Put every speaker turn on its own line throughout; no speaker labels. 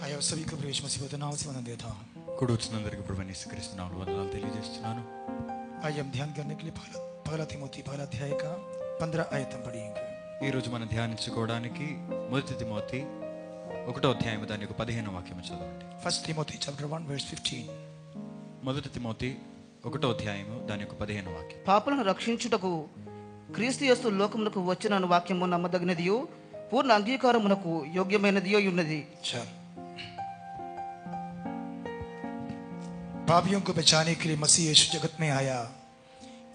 आप सभी को प्रवेश मसीह का नाम से वंदन देता हूँ
కూడా వచ్చినందరికి ప్రభు యేసుక్రీస్తు నామములో వందనాలు తెలియజేస్తున్నాను
आइए हम ध्यान करने के लिए पहला पहला तिमोती पहला अध्याय का पंद्रह आयत हम पढ़ेंगे
ఈ రోజు మనం ధ్యానించుకోవడానికి మొదటి తిమోతి ఒకటో అధ్యాయం దాని యొక్క పదిహేను వాక్యం చదవండి
first Timothy chapter one verse fifteen
మొదటి తిమోతి ఒకటో అధ్యాయము దాని యొక్క పదిహేను వాక్యం
పాపులను రక్షించుటకు క్రీస్తు యేసు లోకమునకు వచ్చిన వాక్యము నమ్మదగినదియు పూర్ణ అంగీకారమునకు యోగ్యమైనదియో ఉన్నది
चल पापियों को बचाने के लिए मसीह यीशु जगत में आया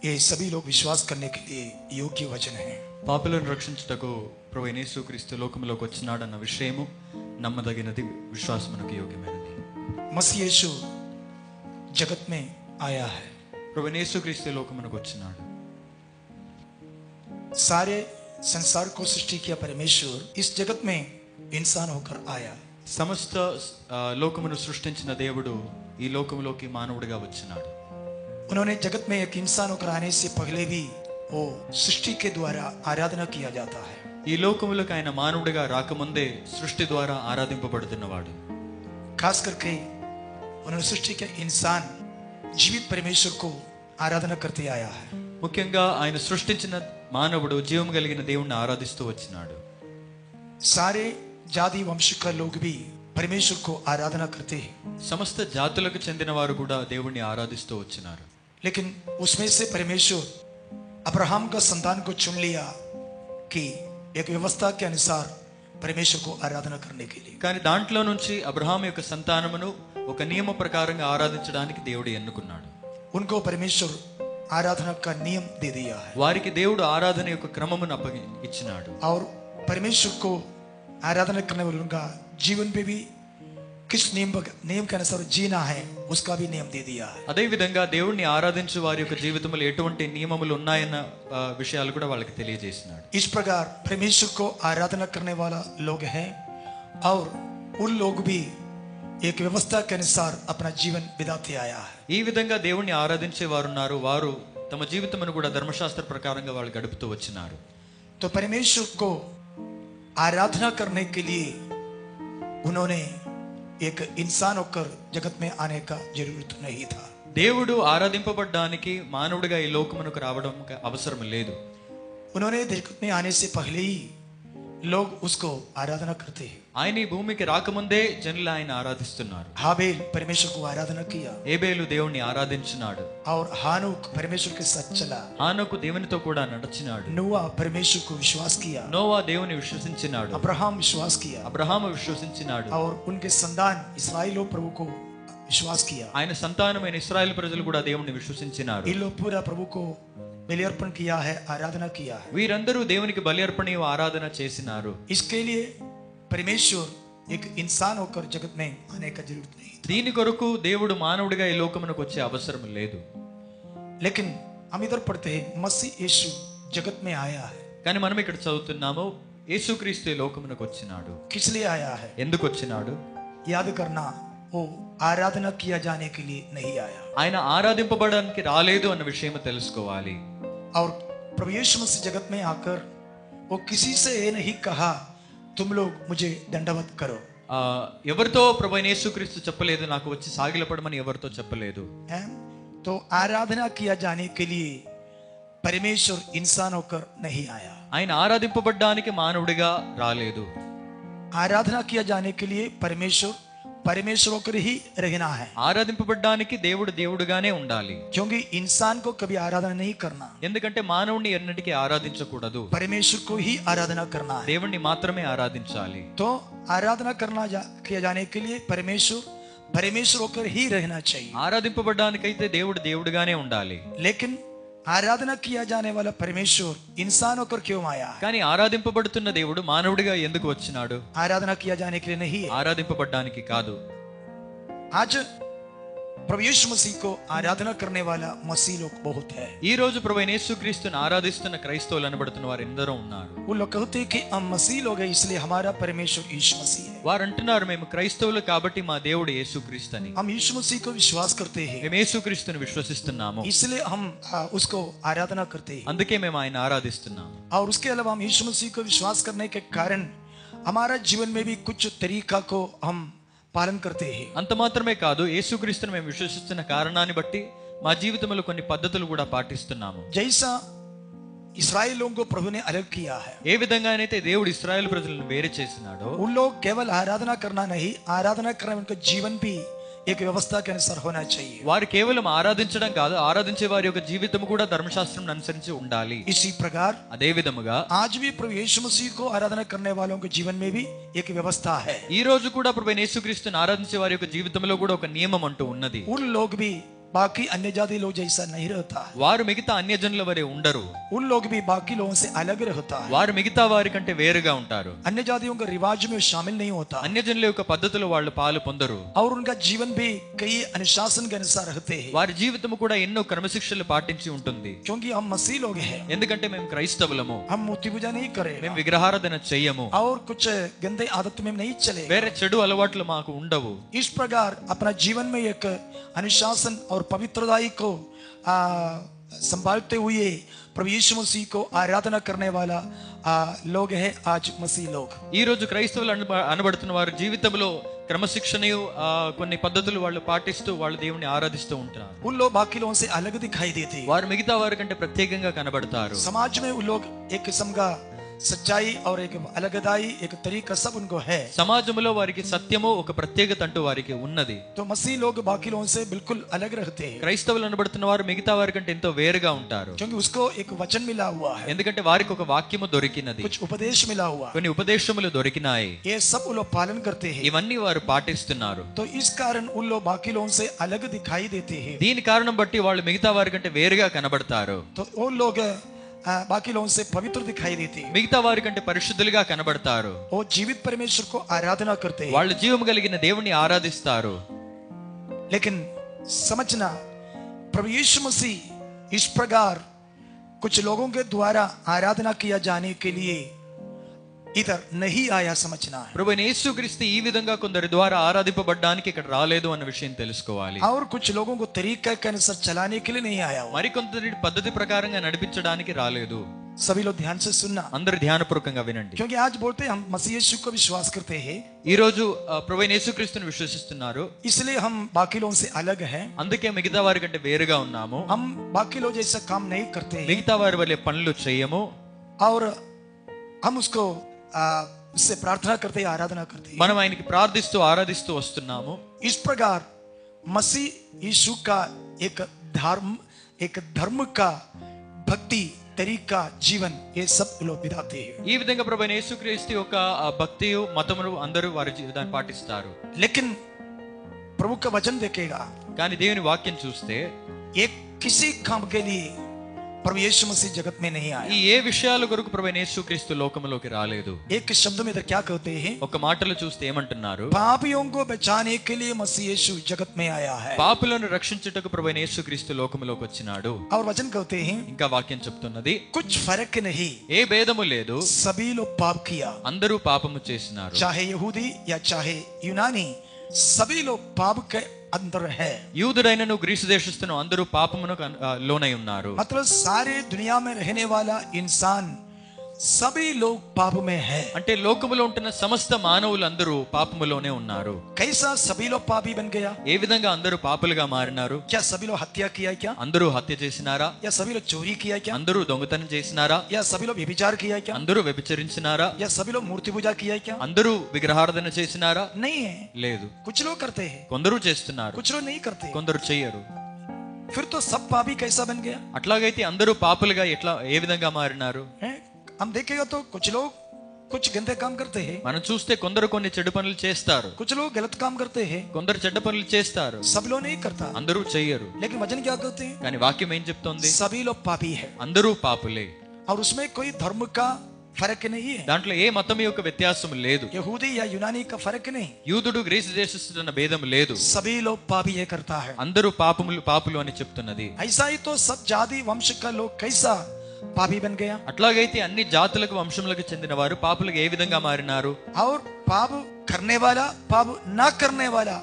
ये सभी लोग विश्वास करने के लिए योग्य वचन है
పాపులను రక్షించుటకు ప్రభు యేసుక్రీస్తు లోకంలోకి వచ్చినాడన్న విషయము నమ్మదగినది విశ్వాసమునకు యోగ్యమైనది
मसीह यीशु जगत में आया है
ప్రభు యేసుక్రీస్తు లోకమునకు వచ్చినాడు
सारे संसार को सृष्टि किया परमेश्वर इस जगत में इंसान होकर आया
సమస్త ఆ, లోకమును సృష్టించిన దేవుడు ఈ లోకములోకి మానవుడిగా వచ్చినాడు
उन्होंने जगत में एक इंसान होकर आने से पहले भी वो सृष्टि के द्वारा आराधना किया जाता है
ఈ లోకములకు ఆయన మానవుడిగా రాకముందే సృష్టి ద్వారా ఆరాధింపబడుతున్నవాడు
खास करके उन्होंने सृष्टि के इंसान जीवित परमेश्वर को आराधना करते आया है
ముఖ్యంగా ఆయన సృష్టించిన మానవుడు జీవం కలిగిన దేవుణ్ణి ఆరాధిస్తూ వచ్చినాడు
सारे जाति वंश का लोग भी परमेश्वर को आराधना करते हैं
సమస్త జాతులకు చెందిన వారు కూడా దేవుణ్ణి ఆరాధిస్తూ వచ్చినారు
लेकिन उसमें से परमेश्वर अब्राहम का संतान को चुन लिया कि एक व्यवस्था के अनुसार परमेश्वर को आराधना करने के लिए
కానీ దాంట్లో నుంచి అబ్రహాం యొక్క సంతానమును ఒక నియమ ప్రకారంగా ఆరాధించడానికి దేవుడు ఎన్నుకున్నాడు
उनको परमेश्वर आराधना का नियम दे दिया है
వారికి దేవుడు ఆరాధన యొక్క క్రమమును అప్పగి ఇచ్చినాడు
और परमेश्वर को आराधना करने वालों का जीवन पे भी किस नियम नियम के अनुसार जीना है उसका भी नियम दे दिया है
అదేవిధంగా దేవుణ్ణి ఆరాధించే వారి యొక్క జీవితంలో ఎటువంటి నియమములు ఉన్నాయన్న ఆ, విషయాలు కూడా వాళ్ళకి తెలియజేసినాడు
इस प्रकार परमेश्वर को आराधना करने वाला लोग हैं और उन लोग भी एक व्यवस्था के अनुसार अपना जीवन बिताते आया है
ఈ విధంగా దేవుణ్ణి ఆరాధించే వారు ఉన్నారు వారు తమ జీవితమును కూడా ధర్మశాస్త్ర ప్రకారంగా వాళ్ళు గడుపుతూ వచ్చినారు
तो परमेश्वर को आराधना करने के लिए उन्होंने एक इंसान होकर जगत में आने का जरूरत नहीं था
దేవుడు ఆరాధింపబడ్డానికి మానవుడిగా ఈ లోకమునకు రావడం అవసరం లేదు
उन्होंने जगत में आने से पहले ही लोग उसको आराधना करते हैं
ఆయన ఈ భూమికి రాకముందే జనులు ఆయన ఆరాధిస్తున్నారు
हाबेल परमेश्वर को आराधना किया
ఏబేలు దేవుణ్ణి ఆరాధించినాడు
और हानुक परमेश्वर के साथ चला
ఆనకు దేవునితో కూడా నడిచినాడు
नोआ परमेश्वर को विश्वास किया
నోవా దేవుని విశ్వసించినాడు
अब्राहम विश्वास किया
అబ్రహాము విశ్వసించినాడు
और उनके संतान इसराइलो प्रभु को विश्वास किया
ఆయన సంతానమైన ఇస్రాయేల్ ప్రజలు కూడా దేవుణ్ణి విశ్వసించినారు
इन लोग पूरा प्रभु को बलियर्पण किया है आराधना किया है
వీరందరూ దేవునికి బలి అర్పణ ఆరాధన చేసినారు
इसके लिए परमेश्वर एक इंसान होकर जगत में आने का जरूरत नहीं
దీని కొరకు దేవుడు మానవుడిగా ఈ లోకమునకు వచ్చే అవసరం లేదు
लेकिन हम इधर पढ़ते हैं मसीह यीशु जगत में आया है
కానీ మనం ఇక్కడ చదువుతున్నాము యేసుక్రీస్తు ఈ లోకమునకు వచ్చినాడు
किस लिए आया है
ఎందుకు వచ్చినాడు
याद करना वो आराधना किया जाने के लिए नहीं आया
ఆయన ఆరాధింపబడడానికి రాలేదు అన్న విషయం తెలుసుకోవాలి
और प्रभु यीशु मसीह जगत में आकर वो किसी से ये नहीं कहा तुम लोग मुझे दंडवत करो
ఆ, ఎవరితో ప్రభు అయిన యేసుక్రీస్తు చెప్పలేదు నాకు వచ్చి సాగిలపడమని ఎవరితో చెప్పలేదు
हैं? तो आराधना किया जाने के लिए परमेश्वर इंसान होकर नहीं आया
ఆయన ఆరాధింపబడ్డానికి మానవుడిగా రాలేదు
आराधना किया जाने के लिए परमेश्वर परमेश्वर होकर ही रहना है
ఆరాధింపబడ్డానికి దేవుడు దేవుడుగానే ఉండాలి
क्योंकि इंसान को कभी आराधना नहीं करना
ఎందుకంటే మానవుణ్ణి ఎన్నటికీ ఆరాధించకూడదు
परमेश्वर को ही आराधना करना है
దేవుణ్ణి మాత్రమే ఆరాధించాలి
तो आराधना करना जा, किया जाने के लिए परमेश्वर परमेश्वर होकर ही रहना चाहिए
ఆరాధింపబడ్డానికైతే దేవుడు దేవుడుగానే ఉండాలి
लेकिन आराधना किया जाने वाला परमेश्वर इंसान होकर क्यों आया है?
కానీ ఆరాధింపబడుతున్న దేవుడు మానవుడిగా ఎందుకు వచ్చినాడు
आराधना किया जाने के लिए नहीं है
ఆరాధింపబడ్డానికి కాదు
आज प्रभु यीशु मसीह को आराधना करने वाला मसीह लोग बहुत है
ఈ రోజు ప్రభు అయిన యేసుక్రీస్తుని ఆరాధిస్తున్న క్రైస్తవులు అనబడుతున్న వారు ఎందరో ఉన్నారు
वो लोग कहते हैं कि हम मसीह लोग हैं इसलिए हमारा परमेश्वर यीशु मसीह है
వారు అంటున్నారు మేము క్రైస్తవులు కాబట్టి మా దేవుడు యేసుక్రీస్తు అని
हम यीशु मसीह को विश्वास करते हैं
మేము యేసుక్రీస్తుని విశ్వసిస్తున్నాము
इसलिए हम आ, उसको आराधना करते हैं
అందుకే మేము ఆయన ఆరాధిస్తున్నాము
और उसके अलावा हम यीशु मसीह को विश्वास करने के कारण हमारा जीवन में भी कुछ तरीका को हम पालन करते हैं
అంత మాత్రమే కాదు యేసుక్రీస్తును మేము విశ్వసిస్తున్న కారణాన్ని బట్టి మా జీవితంలో కొన్ని పద్ధతులు కూడా పాటిస్తున్నాము
जैसा इसराइल लोगों को प्रभु ने अलग किया है
ఏ విధంగానైతే దేవుడు ఇస్రాయేల్ ప్రజలను వేరే చేసినాడో
उन लोग केवल आराधना करना नहीं आराधना करना उनका जीवन भी एक व्यवस्था के अनुसार होना चाहिए
వారు కేవలం ఆరాధించడం కాదు ఆరాధించే వారి యొక్క జీవితం కూడా ధర్మశాస్త్రం అనుసరించి ఉండాలి
इसी प्रकार
అదే విధముగా
आज भी प्रभु यीशु मसीह को आराधना करने वालों के जीवन में भी एक व्यवस्था है
ఈ రోజు కూడా ప్రభు యేసుక్రీస్తుని ఆరాధించే వారి యొక్క జీవితంలో కూడా ఒక నియమం అంటూ ఉన్నది
उन लोग भी बाकी अन्य जाति लोग जैसा नहीं रहता है
వారు మిగతా అన్యజనుల వరే ఉండరు
उन लोग भी बाकी लोगों से अलग रहता है
వారు మిగతా వారి కంటే వేరుగా ఉంటారు
अन्य जातियों के रिवाज में शामिल नहीं होता
అన్యజనుల యొక్క పద్ధతులు వాళ్ళు పాలు పొందరు
और उनका जीवन भी कई अनुशासन के अनुसार रहते हैं
వారి జీవితం కూడా ఎన్నో క్రమశిక్షలు పాటించి ఉంటుంది
क्योंकि हम मसीह लोग हैं
ఎందుకంటే మేము క్రైస్తవులము
हम मूर्ति पूजा नहीं करें
మేము విగ్రహారాధన చెయ్యము
और कुछ गंदे आदत में नहीं चले
వేరే చెడు అలవాట్లు మాకు ఉండవు
इस प्रकार अपना जीवन में एक अनुशासन और पवित्रताई को आ, संभालते हुए प्रभु यीशु मसीह को आराधना करने वाला आ, लोग है आज मसीह लोग
ఈ రోజు క్రైస్తవులు అనబ- అనబడుతున్న వారి జీవితంలో క్రమశిక్షణయు ఆ, కొన్ని పద్ధతులు వాళ్ళు పాటిస్తూ వాళ్ళు దేవుని ఆరాధిస్తూ ఉంటారు
उन लोग बाकी लोगों से अलग दिखाई देते हैं
వారు మిగతా వారి కంటే ప్రత్యేకంగా కనబడతారు
समाज में उन लोग एक किस्म का सच्चाई और एक अलगदाई एक तरीका सब उनको है
సమాజంలో వారికి సత్యము ఒక ప్రత్యేకత అంటూ వారికి ఉన్నది
तो मसीह लोग बाकी लोगों से बिल्कुल अलग रहते हैं
క్రైస్తవులు అనబడుతున్న వారు మిగతా వారి కంటే ఎంతో వేరుగా ఉంటారు
क्योंकि उसको एक वचन मिला हुआ है
ఎందుకంటే వారికి ఒక వాక్యము దొరికినది
कुछ उपदेश मिला हुआ है
కొన్ని ఉపదేశములు దొరికినాయి
ये सब वो लोग पालन करते हैं
ఇవన్నీ వారు పాటిస్తున్నారు
तो इस कारण उन लोग बाकी लोगों से अलग दिखाई देते हैं
దీని కారణం బట్టి వాళ్ళు మిగతా వారి కంటే వేరుగా कनबड़तारो
तो वो लोग आ, बाकी लोगों से पवित्र दिखाई देते हैं
మిగతా వారి కంటే పరిశుద్ధులుగా కనబడతారు
वो जीवित परमेश्वर को आराधना करते हैं
వాళ్ళు జీవం కలిగిన దేవుణ్ణి ఆరాధిస్తారు
लेकिन समझना प्रभु यीशु मसीह इस प्रकार कुछ लोगों के द्वारा आराधना किया जाने के लिए इधर नहीं आया समझना है
ప్రభు యేసుక్రీస్తు ఈ విధంగా కొందరి ద్వారా ఆరాధింపబడ్డానికి ఇక్కడ రాలేదు అన్న విషయం తెలుసుకోవాలి
और कुछ लोगों को तरीका के अनुसार चलाने के लिए नहीं आया हुआ
మరికొందరి పద్ధతి ప్రకారంగా నడిపించడానికి రాలేదు
सभी लोग ध्यान से सुनना
అందరు ధ్యానపూర్వకంగా వినండి
क्योंकि आज बोलते हैं हम मसीह यीशु को विश्वास करते हैं
ఈ రోజు ప్రభు యేసుక్రీస్తుని విశ్వసిస్తున్నారు
इसलिए हम बाकी लोगों से अलग हैं
అందుకే మిగతా వారి కంటే వేరుగా ఉన్నాము
हम बाकी लोग जैसा काम नहीं करते हैं
మిగతా వారి వల్లే పనులు చేయము
और हम उसको आ, उससे प्रार्थना करते हैं आराधना करते हैं
మనం ఆయనకి ప్రార్థిస్తూ ఆరాధిస్తూ వస్తున్నాము
इस प्रकार मसीह यीशु का एक धर्म एक धर्म का भक्ति तरीका जीवन ये सब लोग बिताते हैं
ఈ విధంగా ప్రభు యేసుక్రీస్తు యొక్క ఆ, భక్తియు మతములు అందరూ వారి జీవితాన్ని పాటిస్తారు
लेकिन प्रभु का वचन देखेगा
కానీ దేవుని వాక్యం చూస్తే
एक किसी काम के लिए प्रभु यीशु मसीह जगत में नहीं आया
ఈ ఏ విషయాల కొరకు ప్రభు యేసుక్రీస్తు లోకంలోకి రాలేదు
एक शब्द में इधर क्या कहते हैं
ఒక మాటలు చూస్తే ఏమంటున్నారు
पापियों को बचाने के लिए मसीह यीशु जगत में आया है
పాపులను రక్షించుటకు ప్రభు యేసుక్రీస్తు లోకంలోకి వచ్చినాడు
और वचन कहते हैं
ఇంకా వాక్యం చెప్తున్నది
कुछ फर्क नहीं
ఏ భేదము లేదు
सभी लोग पाप किया
అందరూ పాపము చేసినారు
चाहे यहूदी या चाहे यूनानी सभी लोग पाप के अंदर है
యూదుడైనను గ్రీసు దేశస్థును అందరూ పాపమును కన్- ఆ, లోనై ఉన్నారు
मतलब सारे दुनिया में रहने वाला इंसान सभी लोग पाप में है
అంటే లోకములో ఉంటున్న సమస్త మానవులందరూ పాపములోనే ఉన్నారు
कैसा सभी लोग पापी बन गया
ఏ విధంగా అందరూ పాపులుగా మారినారు
क्या सभी लोग हत्या किया क्या
అందరూ హత్య చేసినారా
या सभी लोग चोरी किया क्या
అందరూ దొంగతనం చేసినారా
या सभी लोग व्यभिचार किया क्या
అందరూ వ్యభిచరించినారా
या సభి లో మూర్తి పూజ किया क्या
అందరూ విగ్రహారాధన చేసినారా
नहीं है
లేదు
कुछ लोग करते हैं
కొందరు చేస్తున్నారు
कुछ लोग नहीं करते
కొందరు చేయరు
फिर तो सब पापी कैसा बन गया
అట్లాగైతే అందరూ పాపులుగా ఎట్లా ఏ విధంగా మారినారు
हैं? हम देखेगा तो कुछ लोग कुछ गंदे काम करते हैं
మనం చూస్తే కొందరు కొన్ని చెడు పనులు చేస్తారు
कुछ लोग गलत काम करते हैं
కొందరు చెడ్డ పనులు చేస్తారు
सब लोग नहीं करता
అందరూ చెయ్యరు
लेकिन वचन क्या कहते हैं
కానీ వాక్యం ఏం చెప్తోంది
सभी लोग पापी है
అందరూ పాపులే
और उसमें कोई धर्म का फर्क नहीं है
దాంట్లో ఏ మతం యొక్క వ్యత్యాసం లేదు
यहूदी या यूनानी का फर्क नहीं
యూదుడు గ్రీసు దేశస్తున్న భేదం లేదు
सभी लोग पापी है करता है
అందరూ పాపములు పాపులు అని చెప్తున్నది
ऐसा ही तो सब जाति वंश का लोग कैसा पापी बन गया
అట్లాగైతే అన్ని జాతులకు వంశములకు చెందిన వారు పాపులకు ఏ విధంగా మారినారు
और पाप करने वाला पाप ना करने वाला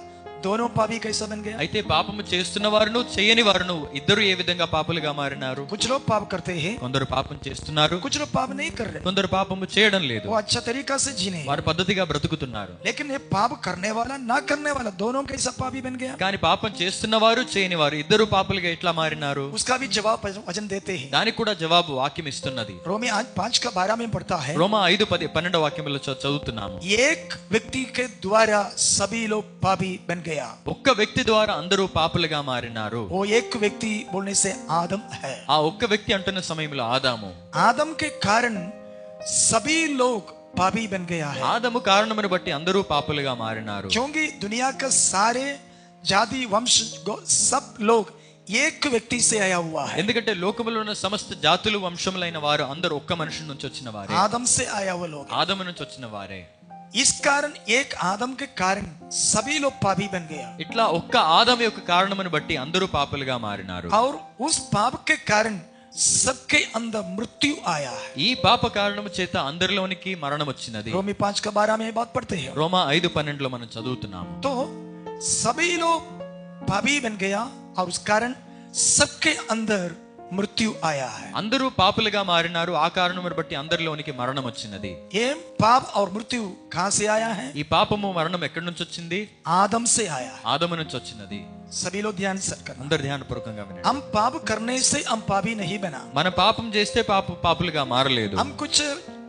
दोनों पापी कैसा बन गया
అయితే పాపము చేస్తున్న వారును చేయని వారును ఇద్దరు ఏ విధంగా పాపులుగా మారినారు
कुछ लोग पाप करते हैं
కొందరు పాపం చేస్తున్నారు
कुछ लोग पाप नहीं कर रहे
కొందరు పాపము చేయడం లేదు
वो अच्छा तरीका से जीने हैं।
వారు పద్ధతిగా బ్రతుకుతున్నారు
लेकिन ये पाप करने वाला ना करने वाला दोनों कैसा पापी बन गया
కానీ పాపం చేస్తున్న వారు చేయని వారు ఇద్దరు పాపులుగా ఎట్లా మారినారు
उसका भी जवाब वचन देते हैं
దానికి కూడా జవాబు వాక్యం ఇస్తున్నది
रोमी आज पांच का बारह में पढ़ता है
రోమా ఐదు పది పన్నెండో వాక్యంలో చ- చదువుతున్నాము
एक व्यक्ति के द्वारा सभी लोग पापी बन गया
ఒక్క వ్యక్తి ద్వారా అందరూ పాపులుగా మారినారు
वो एक व्यक्ति बोलने से आदम है
ఆ ఒక్క వ్యక్తి అంటున్న సమయంలో ఆదాము
आदम के कारण सभी लोग पापी बन गया है
ఆదాము కారణమును బట్టి అందరూ పాపులుగా మారినారు
क्योंकि दुनिया का सारे जाति वंश गो- सब लोग एक व्यक्ति से आया हुआ है
ఎందుకంటే లోకములో ఉన్న సమస్త జాతులు వంశములైన వారు అందరూ ఒక్క మనిషి నుంచి వచ్చిన వారే
आदम से आया हुआ लोग
ఆదము నుంచి వచ్చిన వారే
इस कारण एक आदम के कारण सभी लोग पापी बन गया
ఇట్లా ఒక్క ఆదాము యొక్క కారణమును బట్టి అందరూ పాపులుగా మారినారు
और उस पाप के कारण सबके अंदर मृत्यु आया है
ఈ పాప కారణము చేత అందరిలోనికి మరణం వచ్చినది
रोमी पांच का बारह में ये बात पढ़ते हैं
రోమా ఐదు పన్నెండులో మనం చదువుతున్నాము
तो सभी लोग पापी बन गया और उस कारण सबके अंदर मृत्यु आया है
అందరూ పాపులుగా మారినారు ఆ కారణమును బట్టి అందరిలోనికి మరణం వచ్చినది
ये पाप और मृत्यु कहां से आया है
ఈ పాపము మరణం ఎక్కడి నుంచి వచ్చింది
आदम से आया है
ఆదము నుంచి వచ్చినది
सभी लोग ध्यान से करना
అందరు ధ్యానపూర్వకంగా వినండి
हम पाप करने से हम पापी नहीं बना
మన పాపం చేస్తే పాప పాపులుగా మారలేదు
हम कुछ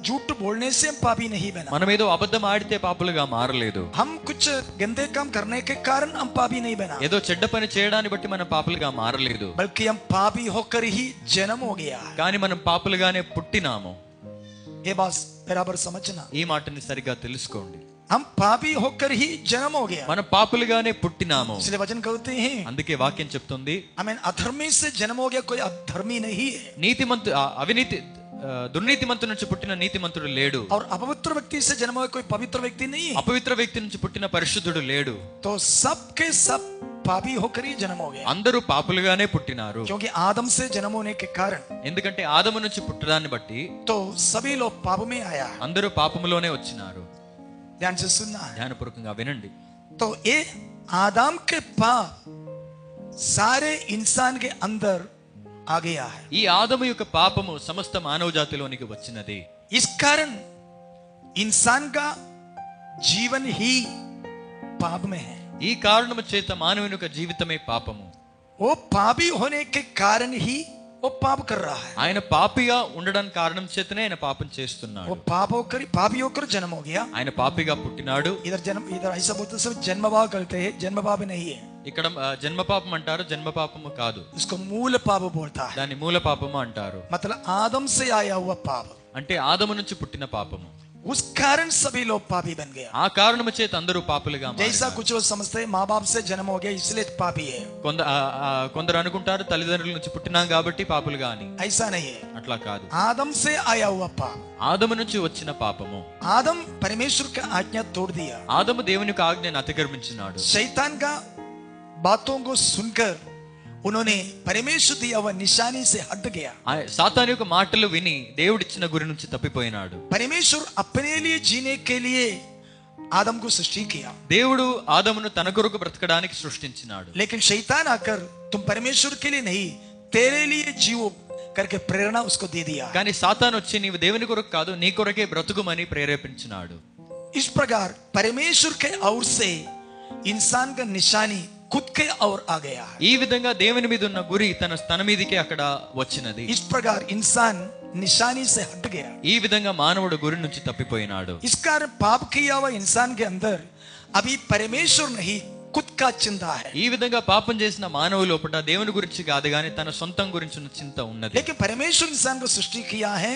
झूठ बोलने से हम पापी नहीं बना
మనం ఏదో అబద్ధం ఆడితే పాపులుగా మారలేదు
हम कुछ गंदे काम करने के कारण हम पापी नहीं बना
ఏదో చెడ్డ పని చేయడాన్ని బట్టి మనం పాపులుగా మారలేదు
बल्कि हम पापी होकर ही जन्म हो गया है
కానీ మనం पाపులుగానే పుట్టినాము
ये बात बराबर समझना
ఈ మాటని సరిగ్గా తెలుసుకోండి
हम पापी होकर ही जन्म हो गया
మనం పాపులుగానే పుట్టినాము
इसलिए वचन कहते हैं
అందుకే వాక్యం చెప్తుంది
हमें अधर्मी से जन्म हो गया कोई अधर्मी नहीं है
నీతిమంతు ఆ, అవినీతి ఆ, దుర్నీతిమంతు నుంచి పుట్టిన నీతిమంతుడు లేడు
और अपवित्र व्यक्ति से जन्म हुआ कोई पवित्र व्यक्ति नहीं है
అపవిత్ర వ్యక్తి నుంచి పుట్టిన పరిశుద్ధుడు లేడు
तो सबके सब पापी होकर ही जन्म हो गया
అందరూ పాపులుగానే పుట్టినారు
क्योंकि आदम से जन्म होने के कारण
ఎందుకంటే ఆదము నుంచి పుట్టడాన్ని బట్టి
तो सभी लोग पाप में आया है
అందరూ పాపములోనే వచ్చినారు
ध्यान से सुनना है
ధ్యానపూర్వకంగా వినండి
तो ये आदम के पाप सारे इंसान के अंदर आ गया है
ఈ ఆదము యొక్క పాపము సమస్త మానవ జాతిలోనికి వచ్చినది
इस कारण इंसान का जीवन ही पाप में है
ఈ కారణము చేత మానవుని యొక్క జీవితమే పాపము
वो पापी होने के कारण ही वो पाप कर रहा है
ఆయన పాపిగా ఉండడానికి కారణం చేతనే ఆయన పాపం చేస్తున్నాడు
वो पाप होकर पापी होकर जन्म हो गया
ఆయన పాపిగా పుట్టినాడు
इधर जन्म इधर ऐसा बोलते सब जन्म पाप करते हैं जन्म पाप नहीं है
ఇక్కడ ఆ, జన్మ పాపం అంటారు జన్మ పాపము కాదు
उसको मूल पाप बोलता है
దాన్ని మూల పాపము అంటారు
मतलब आदम से आया हुआ पाप
అంటే ఆదము నుంచి పుట్టిన పాపము
उस कारण सभी लोग पापी बन गया
ఆ కారణము చేత అందరూ పాపులుగా
जैसा
మారినారు.
कुछ लोग समझते हैं माँ बाप से जन्म हो गया इसलिए पापी है
కొంద ఆ, ఆ, కొందరు అనుకుంటారు తల్లిదండ్రుల నుంచి పుట్టినాం కాబట్టి పాపులుగా అని
ऐसा नहीं है
అట్లా కాదు
आदम से आया हुआ पाप
ఆదము నుంచి వచ్చిన పాపము
आदम परमेश्वर का आज्ञा तोड़ दिया
ఆదము దేవుని యొక్క ఆజ్ఞను అతిక్రమించినాడు
शैतान का बातों को सुनकर उन्होंने परमेश्वर दिया हुआ निशानी से हट गया
ఆ సాతాను యొక్క మాటలు విని దేవుడిచ్చిన గురి నుంచి తప్పిపోయినాడు
परमेश्वर अपने लिए जीने के लिए आदम को सृष्टि किया
దేవుడు ఆదమును తన కొరకు బ్రతకడానికి సృష్టించినాడు
लेकिन शैतान आकर तुम परमेश्वर के लिए नहीं तेरे लिए जीवो करके प्रेरणा उसको दे दिया
కానీ సాతాను వచ్చి నీవు దేవుని కొరకు కాదు నీ కొరకే బ్రతుకుమని ప్రేరేపించినాడు
इस प्रकार परमेश्वर के ओर से इंसान का निशानी खुद के ओर आ गया है
ఈ విధంగా దేవుని మీద ఉన్న గురి తన తన మీదికే అక్కడ వచ్చినది
इस प्रकार इंसान निशानी से हट गया
ఈ విధంగా మానవుడు గురి నుంచి తప్పిపోయినాడు
इस कारण पाप किया हुआ इंसान के अंदर अभी परमेश्वर नहीं खुद का चिंता है
ఈ విధంగా పాపం చేసిన మానవు లోపల దేవుని గురించి కాదు కానీ తన సొంతం గురించి ఉన్న చింత ఉన్నది
लेकिन परमेश्वर इंसान को सृष्टि किया है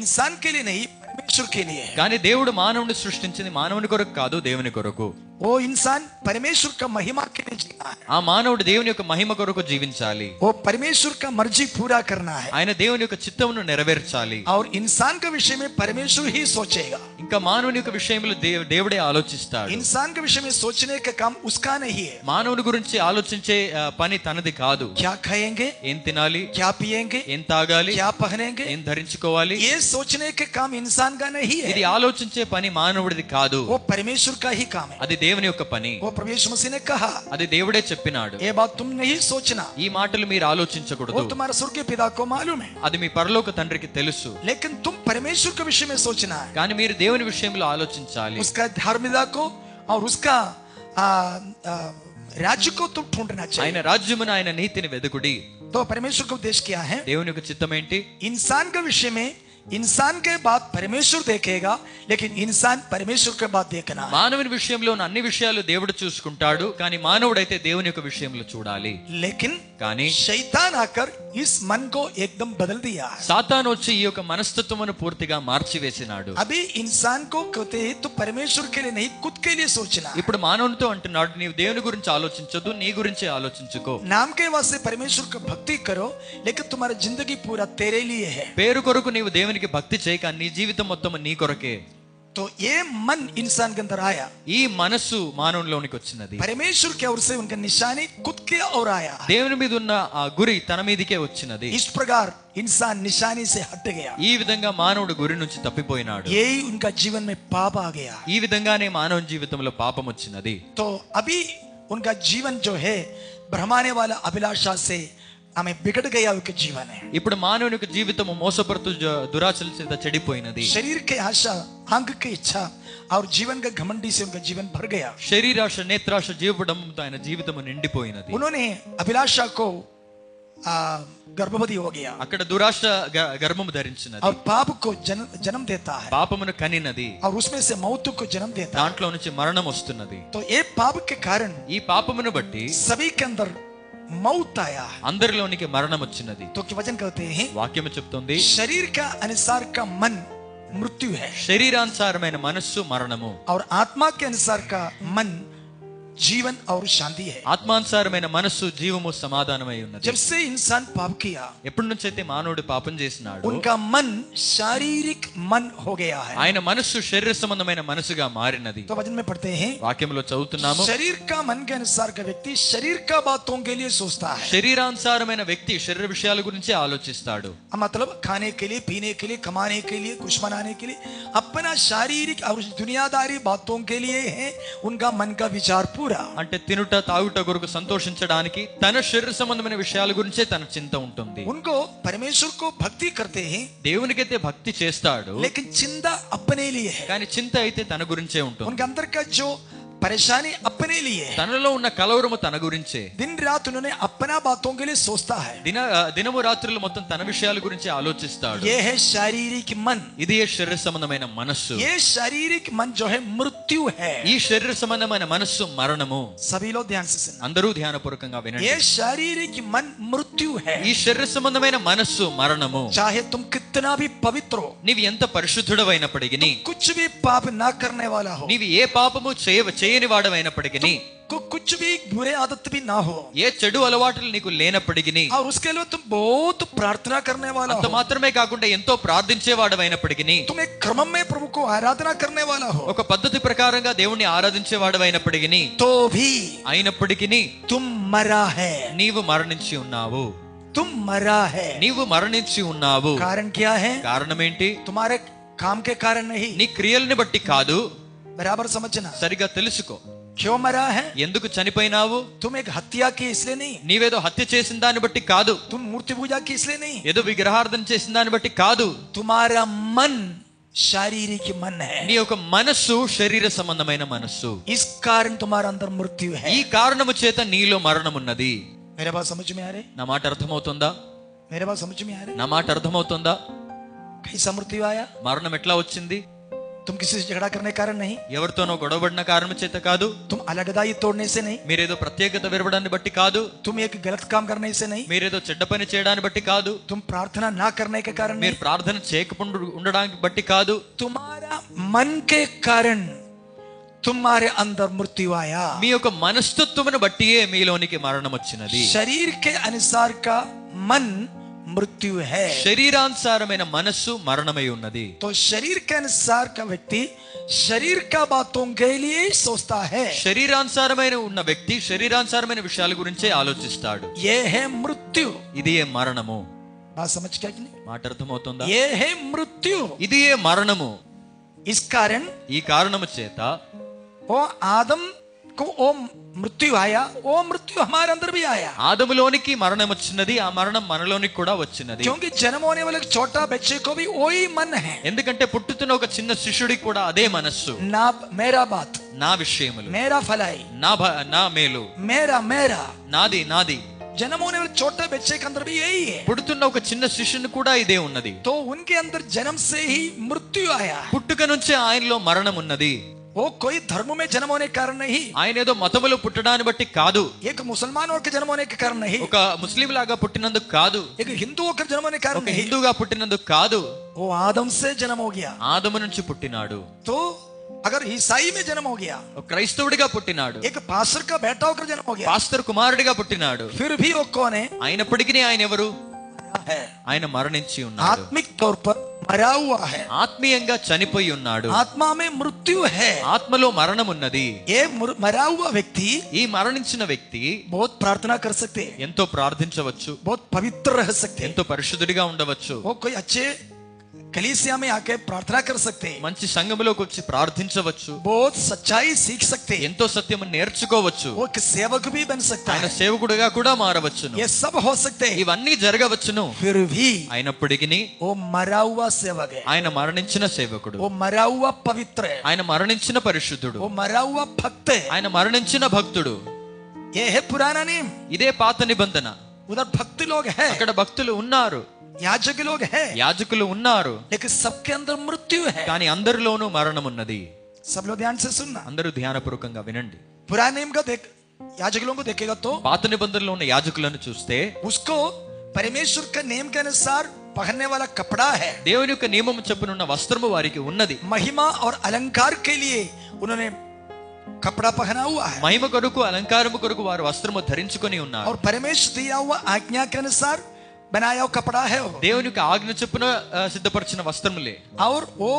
इंसान के लिए नहीं परमेश्वर के लिए है
కానీ దేవుడు మానవుని సృష్టించింది మానవుని కొరకు కాదు దేవుని కొరకు
वो इंसान परमेश्वर का महिमा के लिए जीना है
ఆ మానవుడు దేవుని యొక్క మహిమ కొరకు జీవించాలి
वो परमेश्वर का मर्जी पूरा करना है
ఆయన దేవుని యొక్క చిత్తమును నెరవేర్చాలి
और ఇంसान का विषय में परमेश्वर ही सोचेगा
ఇంకా మానవుని యొక్క విషయంలో దేవ్- దేవుడే ఆలోచిస్తాడు
इंसान के विषय में सोचने का काम उसका नहीं है
మానవుని గురించి ఆలోచించే ఆ, పని తనది కాదు
क्या खाएंगे
ఏం తినాలి
क्या पिएंगे
ఏం తాగాలి
क्या पहनेंगे
ఏం ధరించుకోవాలి
ये सोचने के काम इंसान का नहीं है
ఇది ఆలోచించే పని మానవుడిది కాదు
वो परमेश्वर का ही काम है
అది దేవుని యొక్క పని
वो प्रभु यीशु मसीह ने कहा
అది దేవుడే చెప్పినాడు
ये बात तुम नहीं सोचना
ఈ माटలు మీరు
वो
ఆలోచించకూడదు
तुम्हारे स्वर्ग के पिता को मालूम है
అది మీ పరలోక తండ్రికి తెలుసు
लेकिन तुम परमेश्वर के विषय में सोचना है
కానీ మీరు దేవుని విషయంలో ఆలోచించాలి
उसका धर्मिता को और उसका आ, आ, राज्य को तुम ढूंढना चाहिए
ఆయన రాజ్యమున ఆయన నీతిని వెదుకుడి
तो परमेश्वर का उद्देश्य क्या है
దేవుని యొక్క చిత్తం ఏంటి
इंसान के विषय में इंसान के बाद परमेश्वर देखेगा लेकिन इंसान परमेश्वर के बाद देखना है।
మానవుని విషయంలో ఉన్న అన్ని విషయాలు దేవుడు చూసుకుంటాడు కానీ మానవుడైతే దేవుని యొక్క విషయంలో చూడాలి
लेकिन
కానీ
शैतान आकर इस मन को एकदम बदल दिया है
సాతాను వచ్చి ఈ యొక్క మనస్తత్వమును పూర్తిగా మార్చివేసినాడు
अभी इंसान को कहते हैं तो परमेश्वर के लिए नहीं खुद के लिए सोचना
ఇప్పుడు మానవునితో అంటున్నాడు నీవు దేవుని గురించి ఆలోచించదు నీ గురించి ఆలోచించుకో
नाम के वास्ते परमेश्वर को भक्ति करो लेकिन तुम्हारा जिंदगी पूरा तेरे लिए है
పేరు కొరకు నీవు దేవునికి భక్తి చేయక నీ జీవితం మొత్తం నీ కొరకే
तो ये मन इंसान के अंदर आया
ఈ మనస్సు మానవునిలోనికి వచ్చినది
परमेश्वर की ओर से उनका निशानी खुद के ओर आया
దేవుని మీద ఉన్న ఆ గురి తన మీదికే వచ్చినది
इस प्रकार इंसान निशानी से हट गया
ఈ విధంగా మానవుడు గురి నుంచి తప్పిపోయినాడు
यही उनका जीवन में पाप आ गया
ఈ విధంగానే మానవ జీవితంలో పాపం వచ్చినది
तो अभी उनका जीवन जो है भ्रमाने वाला अभिलाषा से हमें बिगड़ गया उनका जीवन है
ఇప్పుడు మానవుని యొక్క జీవితము మోసపడుతూ జ- దురాశల చేత చెడిపోయినది
शरीर के आशा अंग की इच्छा और जीवन का घमंडी से उनका जीवन भर गया
శరీరాశ నేత్రాశ జీవడంతో ఆయన జీవితము నిండిపోయినది
उन्होंने अभिलाषा को आ, गर्भवती हो गया
అక్కడ దురాశ గ- గర్భము ధరించినది
और पाप को जन, जन्म देता है
పాపమును కనినది
और उसमें से मौत को जन्म देता है
దాంట్లో నుంచి మరణం వస్తున్నది
तो ये पाप के कारण
ఈ పాపమును బట్టి
सभी के अंदर मौत आया है
అందరిలోనికి మరణం వచ్చినది
तो कि वचन कहते हैं
వాక్యము చెప్తుంది
शरीर का अनुसार का मन मृत्यु है
శరీరానుసారమైన మనస్సు మరణము
और आत्मा के अनुसार का मन जीवन और शांति है
ఆత్మానుసారమైన మనస్సు జీవము సమాధానమై ఉన్నది
जब से इंसान पाप किया
ఎప్పటి నుంచి అయితే మానవుడు పాపం చేసినాడు
उनका मन शारीरिक मन हो गया है
ఆయన మనస్సు శరీర సంబంధమైన మనసుగా మారినది
तो वचन में पढ़ते हैं
వాక్యంలో చదువుతున్నాము
शरीर का मन के अनुसार का व्यक्ति शरीर का बातों के लिए सोचता है
శరీరానుసారమైన వ్యక్తి శరీర విషయాల గురించి ఆలోచిస్తాడు
मतलब खाने के लिए पीने के लिए कमाने के लिए कुछ बनाने के लिए अपना शारीरिक और दुनियादारी बातों के लिए है उनका मन का विचार पूरा
అంటే తినుట తాగుట కొరకు సంతోషించడానికి తన శరీర సంబంధమైన విషయాల గురించే తన చింత ఉంటుంది
उनको परमेश्वर को भक्ति करते हैं
దేవునికైతే భక్తి చేస్తాడు
लेकिन चिंता अपने लिए है
కానీ చింత అయితే తన గురించే ఉంటుంది
उनके अंदर का जो परेशानी अपने लिए है
తనలో ఉన్న కలవరము తన గురించే
दिन रात उन्होंने अपना बातों के लिए सोचता है
దిన ఆ, దినము రాత్రులు మొత్తం తన విషయాల గురించి ఆలోచిస్తాడు
यह है शारीरिक मन
ఇది ఏ శరీర సంబంధమైన మనస్సు
ये शारीरिक मन जो है मृत्यु है
ఈ శరీర సంబంధమైన మనస్సు మరణము
सभी लोग ध्यान से सुनना
అందరూ ధ్యానపూర్వకంగా వినండి
ये शारीरिक मन मृत्यु है
ఈ శరీర సంబంధమైన మనస్సు మరణము
चाहे तुम कितना भी पवित्र हो
నీవు ఎంత పరిశుద్ధుడవైనప్పటికీ
कुछ भी पाप ना करने वाला हो
నీవు ఏ పాపము చేయ చేయని వాడవైనప్పటికీ
को कुछ भी बुरे आदत भी ना हो
ఏ చెడు అలవాట్లు నీకు లేనప్పటికీ
और उसके लिए तुम बहुत प्रार्थना करने वाला
అంత
हो
మాత్రమే కాకుండా ఎంతో ప్రార్థించే వాడవైనప్పటికీ
तुम एक क्रम में प्रभु को आराधना करने वाला हो
ఒక పద్ధతి ప్రకారంగా దేవుణ్ణి ఆరాధించే వాడవైనప్పటికీ
तो भी
అయినప్పటికీ
तुम मरा है
నీవు మరణించి ఉన్నావు
तुम मरा है
నీవు మరణించి ఉన్నావు
कारण क्या है
కారణమేంటి
तुम्हारे काम के कारण नहीं
నీ క్రియల్ని బట్టి కాదు
बराबर समझना
సరిగా తెలుసుకో
क्यों मरा है
ఎందుకు చనిపోయినావు
तुम एक हत्या की इसलिए नहीं
నీవేదో హత్య చేసిన దాన్ని బట్టి కాదు
तुम मूर्ति पूजा की इसलिए नहीं
ఏదో విగ్రహార్థం చేసిన దాన్ని బట్టి కాదు
तुम्हारा मन शारीरिक मन है
నీ యొక్క మనస్సు శరీర సంబంధమైన మనస్సు
इस कारण तुम्हारा अंदर मृत्यु है
ఈ కారణము చేత నీలో మరణం ఉన్నది
मेरे बात समझ में आ रहे
నా మాట అర్థమవుతుందా
मेरे बात समझ में आ रहे
నా మాట అర్థమవుతుందా
कैसा मृत्यु आया
మరణం ఎట్లా వచ్చింది
तुम किसी से झगड़ा करने के कारण नहीं
ఎవరితోనో గొడవబడిన కారణం చేత కాదు
तुम अलगदाई तोड़ने से नहीं
మీరేదో ప్రత్యేకత విరవడాన్ని బట్టి కాదు
तुम एक गलत काम करने से नहीं
మీరేదో చెడ్డ పని చేయడాన్ని బట్టి కాదు
तुम प्रार्थना ना करने के कारण नहीं
మీరు ప్రార్థన చేయకుండా ఉండడానికి బట్టి కాదు
तुम्हारा मन के कारण तुम्हारे अंदर मृत्यु आया
మీ యొక్క మనస్తత్వమును బట్టియే మీలోనికి మరణం వచ్చినది
शरीर के अनुसार का मन मृत्यु है
శరీరానుసారమైన మనస్సు మరణమై ఉన్నది
तो शरीर के अनुसार का व्यक्ति शरीर का बातों के लिए ही सोचता है
శరీరానుసారమైన ఉన్న వ్యక్తి శరీరానుసారమైన విషయాల గురించే ఆలోచిస్తాడు
यह है मृत्यु
ఇది ఏ మరణము
बात समझ क्या कि नहीं
మాట అర్థమవుతుందా
यह है मृत्यु
ఇది ఏ మరణము
इस कारण
ఈ కారణము చేత
वो आदम को ओ मृत्यु आया ओ मृत्यु हमारे अंदर भी आया
ఆదములోనికి మరణం వచ్చినది ఆ మరణం మనలోనికి కూడా వచ్చినది
क्योंकि जन्म होने वाले एक छोटा बच्चे को भी वो ही मन है
ఎందుకంటే పుట్టుతున్న ఒక చిన్న శిష్యుడికి కూడా అదే మనస్సు
ना मेरा बात
నా విషయములు
मेरा फलाई
నా భ- నా మేలు
मेरा मेरा
నాది నాది
जन्म होने वाले छोटे बच्चे के अंदर भी यही है
పుడుతున్న ఒక చిన్న శిష్యుని కూడా ఇదే ఉన్నది
तो उनके अंदर जन्म से ही मृत्यु आया है
పుట్టుక నుంచే ఆయనలో మరణం ఉన్నది
वो कोई धर्म में जन्म होने के कारण नहीं
ఆయన ఏదో మతములో పుట్టడాన్ని బట్టి కాదు
एक मुसलमानों के जन्म होने के कारण नहीं
ఒక ముస్లిం లాగా పుట్టినందుకు కాదు
एक हिंदुओं के जन्म होने के कारण
ఒక
नहीं
హిందూగా పుట్టినందుకు కాదు
वो आदम से जन्म हो गया
ఆదము నుంచి పుట్టినాడు
तो अगर ईसाई में जन्म हो गया
ఒక క్రైస్తవుడిగా పుట్టినాడు
एक पास्टर का बेटा होकर जन्म हो गया
పాస్టర్ కుమారుడిగా పుట్టినాడు
फिर भी वो कौन है
అయినప్పటికీ ఆయన ఎవరు
है
ఆయన మరణించి ఉన్నాడు
आत्मिक तौर पर मरा हुआ है
ఆత్మీయంగా చనిపోయి ఉన్నాడు
आत्मा में मृत्यु है
ఆత్మలో మరణం ఉన్నది
ये मर- मरा हुआ व्यक्ति
ఈ मरणించిన వ్యక్తి
बहुत प्रार्थना कर सकते हैं
ఎంతో ప్రార్థించవచ్చు
बहुत पवित्र रह सकते हैं
ఎంతో పరిశుద్ధుడిగా ఉండవచ్చు
वो कोई अच्छे कलीसिया में आके प्रार्थना कर सकते हैं
మంచి సంఘములోకి వచ్చి ప్రార్థించవచ్చు
बहुत सच्चाई सीख सकते हैं
ఎంతో సత్యము నేర్చుకోవచ్చు
वो एक सेवक भी बन सकता
ఆయన
है
సేవకుడిగా కూడా మారవచ్చును
ये सब हो सकते हैं
ఇవన్నీ జరగవచ్చును
फिर भी
అయినప్పటికీ
वो मरा हुआ सेवक है
ఆయన మరణించిన సేవకుడు
वो मरा हुआ पवित्र है
ఆయన మరణించిన పరిశుద్ధుడు
वो मरा हुआ भक्त है
ఆయన మరణించిన భక్తుడు
ये है पुराना नियम
ఇదే పాత నిబంధన
उधर भक्त लोग हैं
అక్కడ భక్తులు ఉన్నారు
याजक लोग हैं
యాజకులు ఉన్నారు
लेकिन सबके अंदर मृत्यु है
కానీ అందరిలోనూ మరణం ఉన్నది
सब लोग ध्यान से सुनना
అందరూ ధ్యానపూర్వకంగా వినండి
पुराने नियम का देख याजक लोगों को देखेगा तो
పాత నిబంధనలో ఉన్న యాజకులను చూస్తే
उसको परमेश्वर का नियम के अनुसार पहनने वाला कपड़ा है
దేవుని యొక్క నియమం చెప్పునున్న వస్త్రము వారికి ఉన్నది
महिमा और अलंकार के लिए उन्होंने कपड़ा पहना हुआ है
మహిమ కొరకు అలంకారము కొరకు వారు వస్త్రము ధరించుకొని ఉన్నారు
और परमेश्वर दिया हुआ आज्ञा के अनुसार बनाया हुआ कपड़ा है वो।
దేవుని యొక్క ఆజ్ఞ చెప్పున ఆ, సిద్ధపరిచిన వస్త్రములే
और वो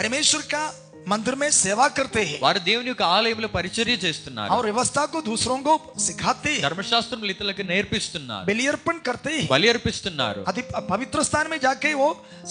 परमेश्वर का मंदिर में सेवा करते हैं
వారు దేవుని యొక్క ఆలయంలో పరిచర్య చేస్తున్నారు
और వ్యవస్థ को दूसरों को सिखाते हैं
ధర్మశాస్త్రములు ఇతరులకు నేర్పిస్తున్నారు
बलि अर्पण करते हैं
బలి అర్పిస్తున్నారు
अति पवित्र स्थान में जाके वो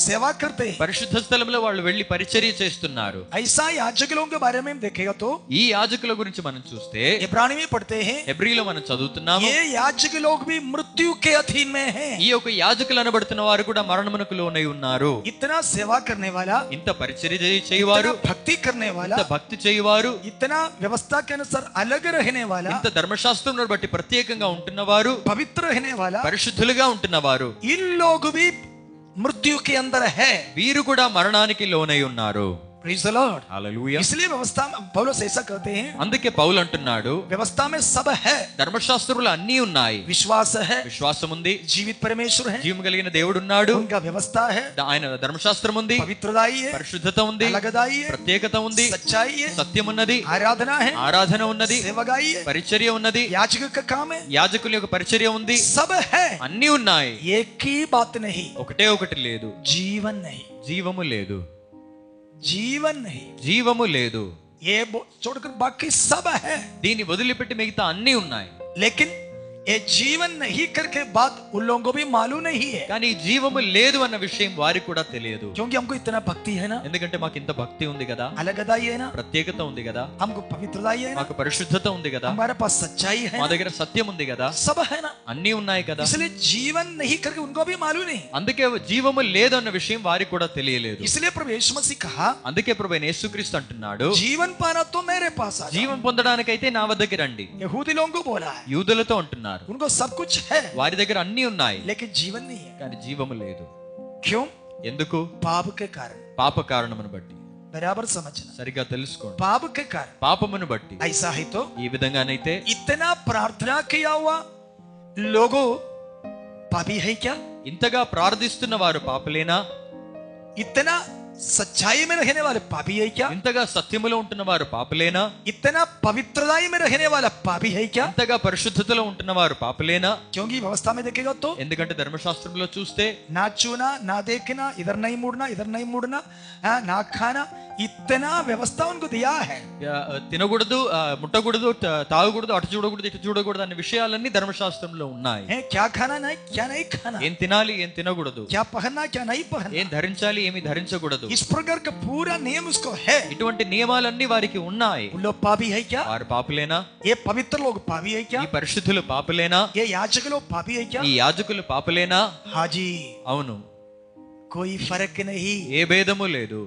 सेवा करते हैं
పరిశుద్ధ స్థలంలో వాళ్ళు వెళ్లి పరిచర్య చేస్తున్నారు
ऐसा याजक लोगों के बारे में देखेगा तो
ఈ యాజకుల గురించి మనం చూస్తే
इब्रानी में पढ़ते हैं
ఎబ్రిలో మనం చదువుతున్నాము
ये याजक लोग भी मृत्यु के अधीन में हैं
ఈ యొక్క యాజకులు అనబడుతున్న వారు కూడా మరణమునకు లోనై ఉన్నారు
इतना सेवा करने वाला
ఇంత పరిచర్య చేయ- చేయువారు
इतना भक्ति करने वाला
ఇంత భక్తి చేయువారు
इतना व्यवस्था के अनुसार अलग रहने वाला
ఇంత ధర్మశాస్త్రం బట్టి ప్రత్యేకంగా ఉంటున్నవారు
पवित्र रहने वाला
పరిశుద్ధులుగా ఉంటున్నవారు
इन लोग भी मृत्यु के अंदर है
వీరు కూడా మరణానికి లోనై ఉన్నారు
प्रेज द लॉर्ड
హల్లెలూయా.
इसलिए व्यवस्था में पौलुस ऐसा कहते हैं
అందుకే పౌలు అంటున్నాడు
व्यवस्था में सब है
ధర్మశాస్త్రములు అన్నీ ఉన్నాయి
विश्वास है
విశ్వాసం ఉంది
जीवित परमेश्वर है
జీవం కలిగిన దేవుడు ఉన్నాడు
उनका व्यवस्था है
ద- ఆయన ధర్మశాస్త్రం ఉంది
पवित्रदायी है
పరిశుద్ధత ఉంది
अलगदायी है
ప్రత్యేకత ఉంది
सच्चाई है
సత్యం ఉన్నది
आराधना है
ఆరాధన ఉన్నది
सेवगाई है
పరిచర్య ఉన్నది
याचक का काम है
యాజకుల యొక్క పరిచర్య ఉంది
सब है
అన్నీ ఉన్నాయి
एक ही बात नहीं
ఒకటే ఒకటి లేదు
जीवन नहीं
జీవము లేదు
जीवन नहीं
జీవము లేదు
ये बो- छोड़कर बाकी सब है
దీన్ని వదిలిపెట్టి మిగతా అన్నీ ఉన్నాయి
लेकिन ये जीवन नहीं करके बात उन लोगों को भी मालूम नहीं है
కానీ జీవము లేదు అన్న విషయం వారికి కూడా తెలియదు
क्योंकि हमको इतना भक्ति है ना
ఎందుకంటే మాకు ఇంత భక్తి ఉంది కదా
अलगदाई है ना
ప్రత్యేకత ఉంది కదా
हमको पवित्रदाई है ना
మాకు పరిశుద్ధత ఉంది కదా
हमारे पास सच्चाई है
మా
ना,
దగ్గర సత్యం ఉంది కదా
सब है ना
అన్నీ ఉన్నాయి కదా
इसलिए जीवन नहीं करके उनको भी मालूम नहीं
అందుకే జీవము లేదు అన్న విషయం వారికి కూడా తెలియలేదు
इसलिए प्रभु यीशु मसीह कहा
అందుకే ప్రభు అయిన యేసుక్రీస్తు అంటున్నాడు
जीवन पाना तो मेरे पास आ जाओ।
జీవం పొందడానికైతే నా వద్దకి రండి
यहूदी लोगों को बोला है
యూదులతో అంటున్నారు
उनको सब कुछ है
వారి దగ్గర అన్నీ ఉన్నాయి
लेकिन जीवन नहीं है
కానీ జీవము లేదు
क्यों
ఎందుకు
पाप के कारण
పాప కారణమును బట్టి
बराबर समझना
సరిగ్గా తెలుసుకోండి
पाप के कारण
పాపమును బట్టి
ऐसा है तो
ఈ విధంగానైతే
इतना प्रार्थना किया हुआ लोगों पापी है क्या
ఇంతగా ప్రార్థిస్తున్న వారు పాపలేనా
इतना सच्चाई में रहने वाले पापी है क्या
ఇంతగా సత్యములో ఉంటున్న వారు పాపలేనా
इतना पवित्रताई में रहने वाला पापी है क्या
అంతగా పరిశుద్ధతలో ఉంటున్న వారు పాపలేనా
क्योंकि व्यवस्था में देखेगा तो
ఎందుకంటే ధర్మశాస్త్రంలో చూస్తే
ना छूना ना देखना इधर नहीं मुड़ना इधर नहीं मुड़ना हाँ, ना खाना इतना व्यवस्था उनको दिया है
ఆ, తినకూడదు ఆ, ముట్టకూడదు త- తాగకూడదు అటు చూడకూడదు ఇటు చూడకూడదు అనే విషయాలన్నీ ధర్మశాస్త్రంలో ఉన్నాయి
हैं, क्या खाना नहीं क्या नहीं खाना
ఏం తినాలి ఏం తినకూడదు
क्या पहनना क्या नहीं पहनना
ఏం ధరించాలి ఏమి ధరించకూడదు
इस प्रकार का पूरा नियम उसको है
ఇటువంటి నియమాలన్నీ వారికి ఉన్నాయి
वो लोग पापी है क्या
వారు పాపులేనా
ये पवित्र लोग पापी है क्या
ఈ పరిశుద్ధులు పాపులేనా
ये याचक लोग पापी है क्या
ఈ యాజకులు పాపులేనా
हाँ जी
అవును
कोई फर्क नहीं
ఏ భేదము లేదు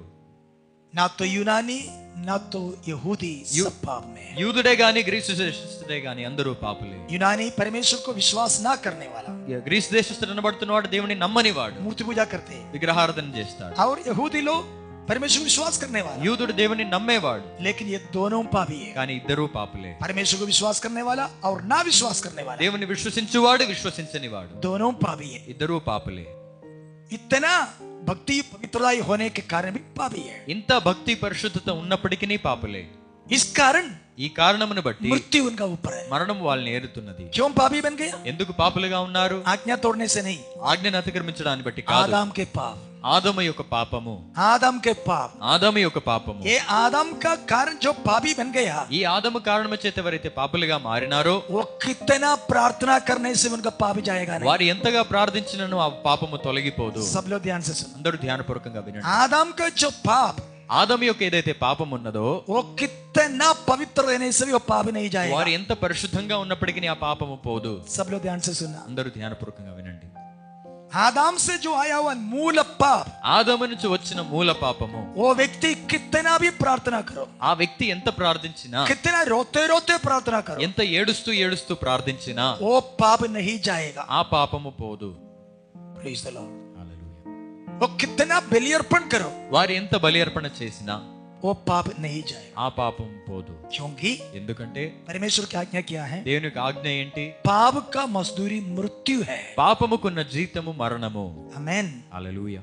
ना तो यूनानी ना तो यहूदी सब पाप में है
యూదుడే గాని గ్రీసు దేశస్థుడే గాని అందరూ పాపులే
यूनानी परमेश्वर को विश्वास ना करने वाला
గ్రీసు దేశస్థుడు అనబడుతున్న వాడు దేవుని నమ్మని వాడు
मूर्ति पूजा करते हैं
విగ్రహార్థన చేస్తాడు
और यहूदी लोग परमेश्वर को विश्वास करने वाला
యూదుడు దేవుని నమ్మేవాడు
लेकिन ये दोनों पापी है
కానీ ఇద్దరూ పాపులే
परमेश्वर को विश्वास करने वाला और ना विश्वास करने वाला
దేవుని విశ్వసించువాడు విశ్వసించని వాడు
दोनों पापी है
ఇద్దరూ పాపులే
इतना भक्ति पवित्रताई होने के कारण भी पापी है
ఇంత భక్తి పరిశుద్ధత ఉన్నప్పటికీ పాపులే
इस कारण
ఈ కారణమును బట్టి
मृत्यु उनका ऊपर है
మరణం వాళ్ళని ఏరుతున్నది
क्यों पापी बन गया
ఎందుకు పాపులుగా ఉన్నారు
आज्ञा तोड़ने से नहीं
ఆజ్ఞను అతిక్రమించడాన్ని బట్టి కాదు
आदम के पाप
ఆదము యొక్క పాపము
आदम के पाप
ఆదము యొక్క పాపము
ये आदम का कारण जो पापी बन गया
ఈ ఆదము కారణము చేత ఎవరైతే పాపులుగా మారినారో
वो कितना प्रार्थना करने से उनका पाप जाएगा नहीं
వారు ఎంతగా ప్రార్థించినను ఆ పాపము తొలగిపోదు
सब लोग ध्यान से सुनो
అందరూ ధ్యానపూర్వకంగా వినండి
आदम का जो पाप
ఆదము యొక్క ఏదైతే పాపం ఉన్నదో
वो कितना पवित्र रहने से भी वो पाप नहीं जाएगा
వారు ఎంత పరిశుద్ధంగా ఉన్నప్పటికీ ఆ పాపము పోదు
सब लोग ध्यान से सुनना
అందరూ ధ్యానపూర్వకంగా వినండి
आदम से जो आया हुआ मूल पाप
ఆదము నుంచి వచ్చిన మూల పాపము
वो व्यक्ति कितना भी प्रार्थना करो
ఆ వ్యక్ति ఎంత ప్రార్థించినా
कितना रोते रोते प्रार्थना करो
ఎంత ఏడుస్తూ ఏడుస్తూ ప్రార్థించినా
वो पाप नहीं जाएगा
ఆ పాపము పోదు
Praise the Lord.
హల్లెలూయా.
वो कितना बलियर्पण करो
వారు ఎంత బలి అర్పణ చేసినా
वो पाप नहीं जाएगा
ఆ పాపం పోదు
क्योंकि
ఎందుకంటే
परमेश्वर की आज्ञा क्या है
దేవుని యొక్క ఆజ్ఞ ఏంటి
पाप का मजदूरी मृत्यु है
పాపముకున్న జీతము మరణము
अमेन
అలలుయ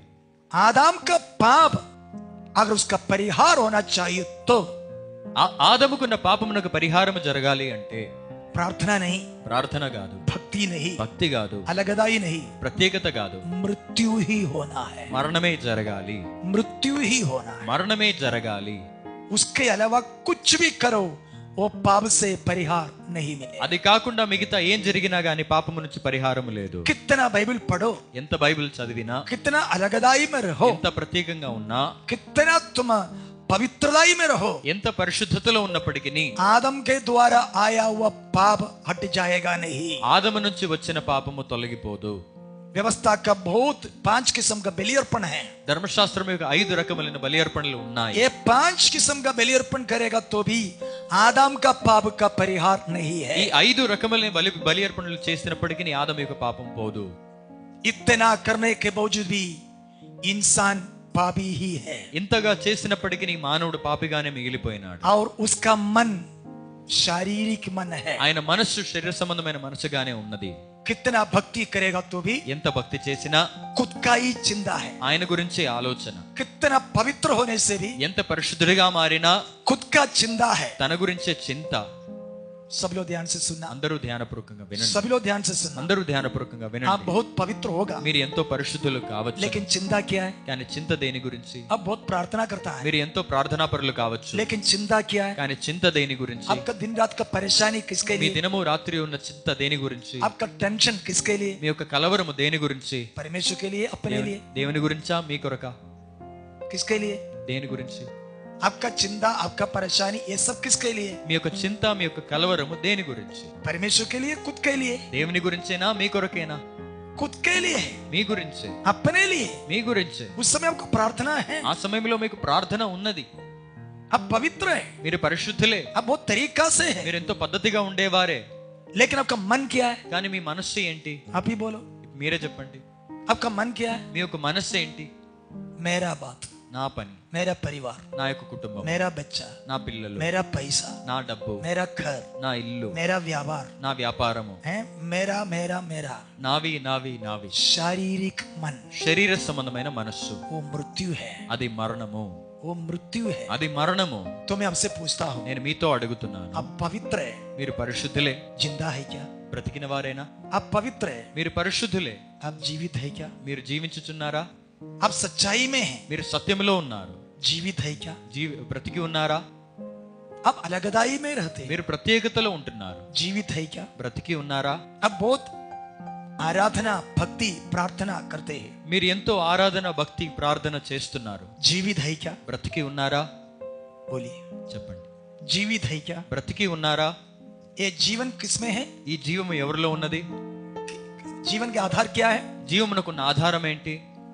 आदम का पाप अगर उसका परिहार होना चाहिए तो
ఆదముకున్న పాపమునకు పరిహారము జరగాలి అంటే
प्रार्थना नहीं
ప్రార్థన కాదు
भक्ति नहीं
భక్తి కాదు
अलगदाई नहीं
ప్రత్యేకత కాదు
मृत्यु ही होना है
మరణమే జరగాలి
मृत्यु ही होना है
మరణమే జరగాలి
उसके अलावा कुछ भी करो वो पाप से परिहार नहीं मिले
అది కాకుండా మిగతా ఏం జరిగినా గాని పాపము నుంచి పరిహారం లేదు
कितना बाइबल पढ़ो
ఎంత బైబిల్ చదివినా
कितना अलगदाई में रहो
ఎంత ప్రత్యేకంగా ఉన్నా
कितना तुम पवित्रदाई में रहो
ఎంత పరిశుద్ధతలో ఉన్నప్పటికీ
आदम के द्वारा आया हुआ पाप हट जाएगा नहीं
ఆదము నుంచి వచ్చిన పాపము తొలగిపోదు
व्यवस्था का बहुत पांच किस्म का बलि अर्पण है
ధర్మశాస్త్రం యొక్క ఐదు రకములైన బలి అర్పణలు ఉన్నాయి
ये पांच किस्म का बलि अर्पण करेगा तो भी आदम का पाप का परिहार नहीं है
ఈ ఐదు రకములైన బలి బలి అర్పణలు చేసినప్పటికీ ఆదము యొక్క పాపం పోదు
इतना करने के बावजूद भी इंसान पापी ही है
ఇంతగా చేసినప్పటికీ నీ మానవుడు పాపిగానే మిగిలిపోయినాడు
और उसका मन शारीरिक मन है
ఆయన మనస్సు శరీర సంబంధమైన మనసుగానే ఉన్నది
कितना भक्ति करेगा तो भी
ఎంత भक्ति చేసినా
खुद का ही चिंता है
ఆయన గురించే ఆలోచన
कितना पवित्र होने से भी
ఎంత పరిశుద్ధుడిగా మారినా
खुद का चिंता है
తన గురించే చింత
सब लोग ध्यान से सुनना
అందరూ ధ్యానపూర్వకంగా వినండి
सभी लोग ध्यान से सुनना
అందరూ ధ్యానపూర్వకంగా
आप
వినండి
बहुत पवित्र होगा
మీరు ఎంతో పరిశుద్ధులు కావచ్చు
लेकिन चिंता क्या है
కానీ చింత దేని గురించి
आप बहुत प्रार्थना करता है
మీరు ఎంతో ప్రార్థనా పరులు కావచ్చు
लेकिन चिंता क्या है
కానీ చింత దేని గురించి
आपका दिन रात का परेशानी किसके
మీ
लिए
దినము రాత్రి ఉన్న చింత దేని గురించి
आपका टेंशन किसके लिए
మీ యొక్క కలవరము దేని గురించి
परमेश्वर के लिए अपने लिए
దేవుని గురించా మీ కొరక
किसके लिए
దేని గురించి
आपका चिंता आपका परेशानी ये सब किसके लिए
మీ యొక్క చింత మీ యొక్క కలవరము దేని గురించి
परमेश्वर के लिए खुद के लिए
దేవుని గురించేనా మీ కొరకేనా
खुद के लिए है
మీ గురించే
अपने लिए
మీ గురించే
उस समय आपको प्रार्थना है
ఆ సమయంలో మీకు ప్రార్థన ఉన్నది
आप पवित्र है
మీరు పరిశుద్ధులే
आप बहुत तरीका से है
మీరు ఎంతో పద్ధతిగా ఉండేవారే
लेकिन आपका मन क्या है
కానీ మీ మనస్సు ఏంటి
आप ही बोलो
మీరే చెప్పండి
आपका मन क्या है
మీ యొక్క మనస్సు ఏంటి
मेरा बात
నా పని
मेरा परिवार
నా యొక్క కుటుంబం
मेरा बच्चा
నా పిల్లలు
मेरा पैसा
నా డబ్బు
मेरा घर
నా ఇల్లు
मेरा व्यापार
నా వ్యాపారము
है मेरा मेरा मेरा
నావి నావి నావి
शारीरिक मन
శరీర సంబంధమైన మనస్సు
वो मृत्यु है
అది మరణము
वो मृत्यु है
అది మరణము
तो मैं आपसे पूछता हूँ
నేను మీతో అడుగుతున్నాను
आप पवित्र है
మీరు పరిశుద్ధులే
जिंदा है क्या
బ్రతికిన వారేనా
आप पवित्र है
మీరు పరిశుద్ధులే
आप जीवित है क्या
మీరు జీవించుచున్నారా
आप सच्चाई में हैं
మీరు సత్యములో ఉన్నారు
जीवित है क्या
జీవి బ్రతికి ఉన్నారా
आप अलगदाई में रहते हैं
మీరు ప్రత్యేకతలో ఉంటున్నారు
जीवित है क्या
బ్రతికి ఉన్నారా
आप बहुत आराधना भक्ति प्रार्थना करते हैं
మీరు ఎంతో ఆరాధన భక్తి ప్రార్థన చేస్తున్నారు
जीवित है क्या
బ్రతికి ఉన్నారా
बोलिए
చెప్పండి
जीवित है क्या
బ్రతికి ఉన్నారా
ये जीवन किसमें है
ఈ జీవము ఎవరిలో ఉన్నది
जीवन के आधार क्या है
జీవమునకున్న ఆధారం ఏంటి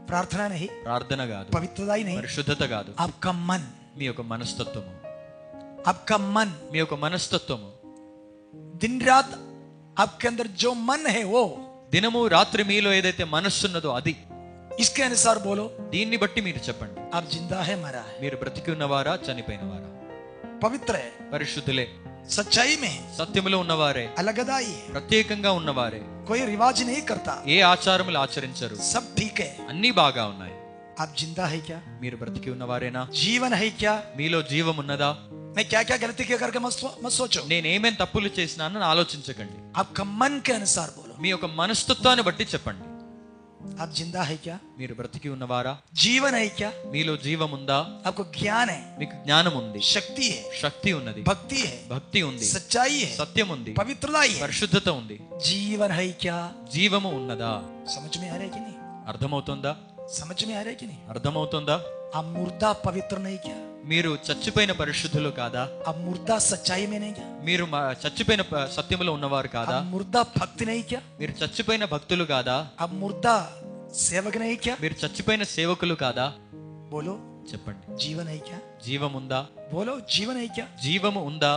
प्रार्थना नहीं
ప్రార్థన కాదు
पवित्रता ही नहीं
పరిశుద్ధత కాదు
आपका मन
మీ యొక్క మనస్తత్వము
आपका मन
మీ యొక్క మనస్తత్వము
दिन रात आपके अंदर जो मन है वो
దినము రాత్రి మీలో ఏదైతే మనస్సున్నదో అది
इसके अनुसार बोलो
దీన్ని బట్టి మీరు చెప్పండి
आप जिंदा है मरा है
మీరు బ్రతికి ఉన్నవారా చనిపోయినవారా
पवित्र है
పరిశుద్ధులే
सच्चाई में है
సత్యములో ఉన్నవారే
अलगदाई है
ప్రత్యేకంగా ఉన్నవారే
कोई रिवाज नहीं करता
ఏ ఆచారములు ఆచరించరు
सब ठीक है
అన్నీ బాగా ఉన్నాయి
आप जिंदा है क्या
మీరు బ్రతికి ఉన్నవారేనా
जीवन है क्या
మీలో జీవం ఉన్నదా
मैं क्या क्या गलती क्या करके मत सो- मत सोचो
నేనేమేం తప్పులు చేసినానని ఆలోచించకండి
आपका मन के अनुसार बोलो
మీ యొక్క మనస్తత్వాన్ని బట్టి చెప్పండి
आप जिंदा है क्या
మీరు బ్రతికి ఉన్నవారా
जीवन है क्या
మీలో జీవం ఉందా
आपको ज्ञान है
మీకు జ్ఞానం ఉంది
शक्ति है
శక్తి ఉన్నది
भक्ति है
భక్తి ఉంది
सच्चाई है
సత్యం ఉంది
पवित्रता है
పరిశుద్ధత ఉంది
जीवन है क्या
జీవము ఉన్నదా
समझ में आ रहा है कि नहीं
అర్థమవుతుందా
समझ में आ रहा है कि नहीं
అర్థమవుతుందా
आप मुर्दा पवित्र नहीं क्या
మీరు చచ్చిపోయిన పరిశుద్ధులు కాదా
आप मुर्दा सच्चाई में नहीं क्या
మీరు మ- చచ్చిపోయిన ప- సత్యములో ఉన్నవారు కాదా
आप मुर्दा भक्त नहीं क्या
మీరు చచ్చిపోయిన భక్తులు కాదా
आप मुर्दा सेवक नहीं क्या
మీరు చచ్చిపోయిన సేవకులు కాదా
बोलो
చెప్పండి
जीवन है क्या
జీవం ఉందా
बोलो जीवन है क्या
జీవము ఉందా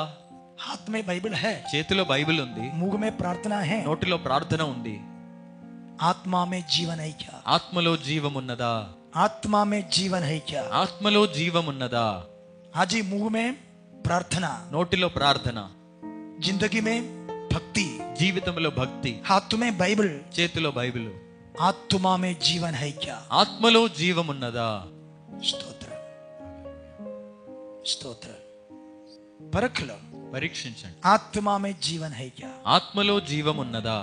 हाथ में बाइबल है
చేతిలో బైబిల్ ఉంది
मुंह में प्रार्थना है
నోటిలో ప్రార్థన ఉంది
आत्मा में जीवन है क्या
ఆత్మలో జీవం ఉన్నదా
आत्मा में जीवन है क्या
ఆత్మలో జీవం ఉన్నదా
आज ही मुंह में प्रार्थना
నోటిలో ప్రార్థన
जिंदगी में भक्ति
జీవితంలో భక్ति
हाथ में बाइबल
చేతిలో బైబిల్
आत्मा में जीवन है क्या
ఆత్మలో జీవం ఉన్నదా
స్తోత్రం స్తోత్రం పరఖ लो
పరీక్షించండి
आत्मा में जीवन है क्या
ఆత్మలో జీవం ఉన్నదా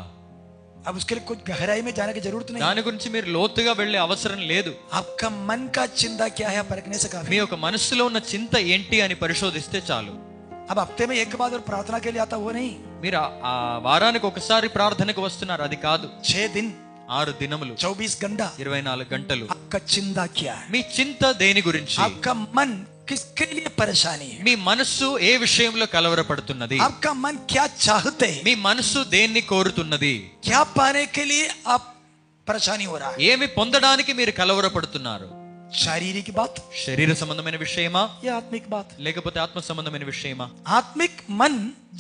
अब उसके लिए कुछ गहराई में जाने की जरूरत नहीं
దాని గురించి మీరు లోతుగా వెళ్ళే అవసరం లేదు
आपका मन का चिंता क्या है परखने से काफी
మీ యొక్క మనస్సులో ఉన్న చింత ఏంటి అని పరిశోధిస్తే చాలు
अब हफ्ते में एक बार और प्रार्थना के लिए आता वो नहीं
మీరు ఆ- ఆ వారానికి ఒకసారి ప్రార్థనకు వస్తున్నారు అది కాదు
छह दिन
ఆరు దినములు
चौबीस घंटा
ఇరవై నాలుగు గంటలు
आपका चिंता क्या है
మీ చింత దేని గురించి
आपका मन किसके लिए परेशानी है
మీ మనస్సు ఏ విషయంలో కలవరపడుతున్నది
आपका मन क्या चाहते हैं
మీ మనస్సు దేన్ని కోరుతున్నది
क्या पाने के लिए आप परेशानी हो रहा है
ఏమి పొందడానికి మీరు కలవరపడుతున్నారు
शारीरिक बात
శరీర సంబంధమైన విషయమా
या आत्मिक बात
లేకపోతే ఆత్మ సంబంధమైన విషయమా
आत्मिक मन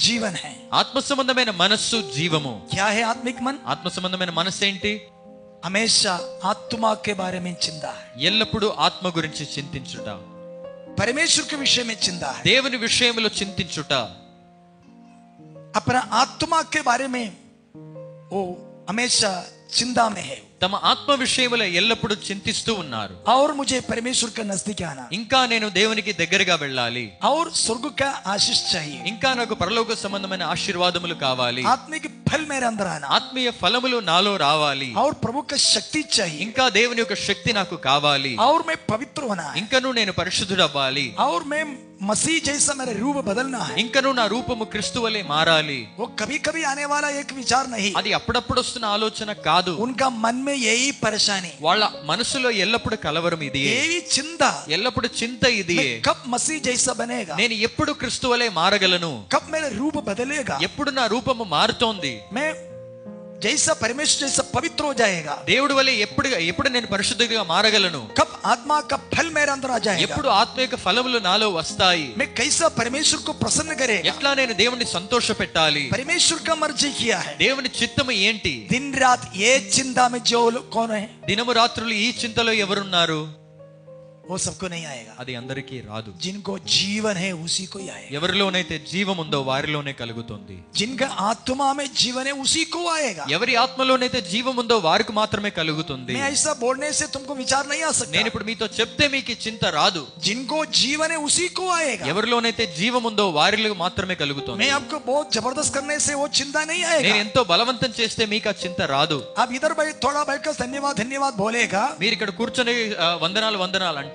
जीवन है
ఆత్మ సంబంధమైన మనస్సు జీవము
क्या है आत्मिक मन
ఆత్మ సంబంధమైన మనస్సు ఏంటి
हमेशा आत्मा के बारे में चिंता है
ఎల్లప్పుడూ ఆత్మ గురించి చింతించుట
परमेश्वर के विषय में चिंता है
దేవుని విషయంలో చింతించుట
अपना आत्मा के बारे में वो हमेशा चिंता में है
తమ ఆత్మ విషయములో ఎల్లప్పుడూ చింతిస్తూ ఉన్నారు
और मुझे परमेश्वर के नजदीक आना
ఇంకా నేను దేవునికి దగ్గరగా వెళ్ళాలి
और स्वर्ग का आशीष चाहिए
ఇంకా నాకు పరలోక సంబంధమైన ఆశీర్వాదములు కావాలి
आत्मिक फल मेरे अंदर आना
ఆత్మీయ ఫలములు నాలో రావాలి
और प्रभु का शक्ति चाहिए
ఇంకా దేవుని యొక్క శక్తి నాకు కావాలి
और मैं पवित्र होना है
ఇంకను నేను పరిశుద్ధుడవ్వాలి
और मैं मसीह जैसा मेरा रूप बदलना है
ఇంకను నా రూపము క్రీస్తు వలె మారాలి
वो कभी कभी आने वाला एक विचार नहीं
అది అప్పుడప్పుడు వస్తున్న ఆలోచన కాదు
उनका मन में यही परेशानी
వాళ్ళ మనసులో ఎల్లప్పుడు కలవరం ఇది
यही चिंता
ఎల్లప్పుడు చింత ఇది
मैं कब मसीह जैसा बनेगा
నేను ఎప్పుడు క్రీస్తు వలె మారగలను
कब मेरा रूप बदलेगा
ఎప్పుడు నా రూపము మారుతోంది
मैं जैसा परमेश्वर जैसा पवित्र हो जाएगा
దేవుడి వలె ఎప్పుడు ఎప్పుడు నేను పరిశుద్ధంగా మారగలను
कब आत्मा का फल मेरे अंदर आ जाएगा
ఎప్పుడు ఆత్మ యొక్క ఫలములు నాలో వస్తాయి
मैं कैसा परमेश्वर को प्रसन्न करेगा
ఎట్లా నేను దేవుణ్ణి సంతోష పెట్టాలి
परमेश्वर का मर्जी किया है
దేవుని చిత్తము ఏంటి
दिन रात ये चिंता में जो लोग कौन है
దినము రాత్రులు ఈ చింతలో ఎవరున్నారు
वो सबको नहीं आएगा
అది అందరికీ రాదు
जिनको जीवन है उसी को ही आएगा
ఎవరిలోనైతే జీవం ఉందో వారిలోనే కలుగుతుంది
जिनका आत्मा में जीवन है उसी को आएगा
ఎవరి ఆత్మలోనైతే జీవం ఉందో వారికి మాత్రమే కలుగుతుంది
मैं ऐसा बोलने से तुमको विचार नहीं आ
నేను
सकता
ఇప్పుడు మీతో చెప్తే మీకు ఈ చింత రాదు
जिनको जीवन है उसी को आएगा
ఎవరిలోనైతే జీవం ఉందో వారిలో మాత్రమే కలుగుతుంది
मैं आपको बहुत जबरदस्त करने से वो चिंता नहीं
నేను
आएगा
ఎంతో బలవంతం చేస్తే మీకు ఆ చింత రాదు
आप इधर बैठ थोड़ा बैठकर धन्यवाद धन्यवाद बोलेगा
మీరు ఇక్కడ కూర్చొని ఆ, వందనాలు వందనాలు అంటారు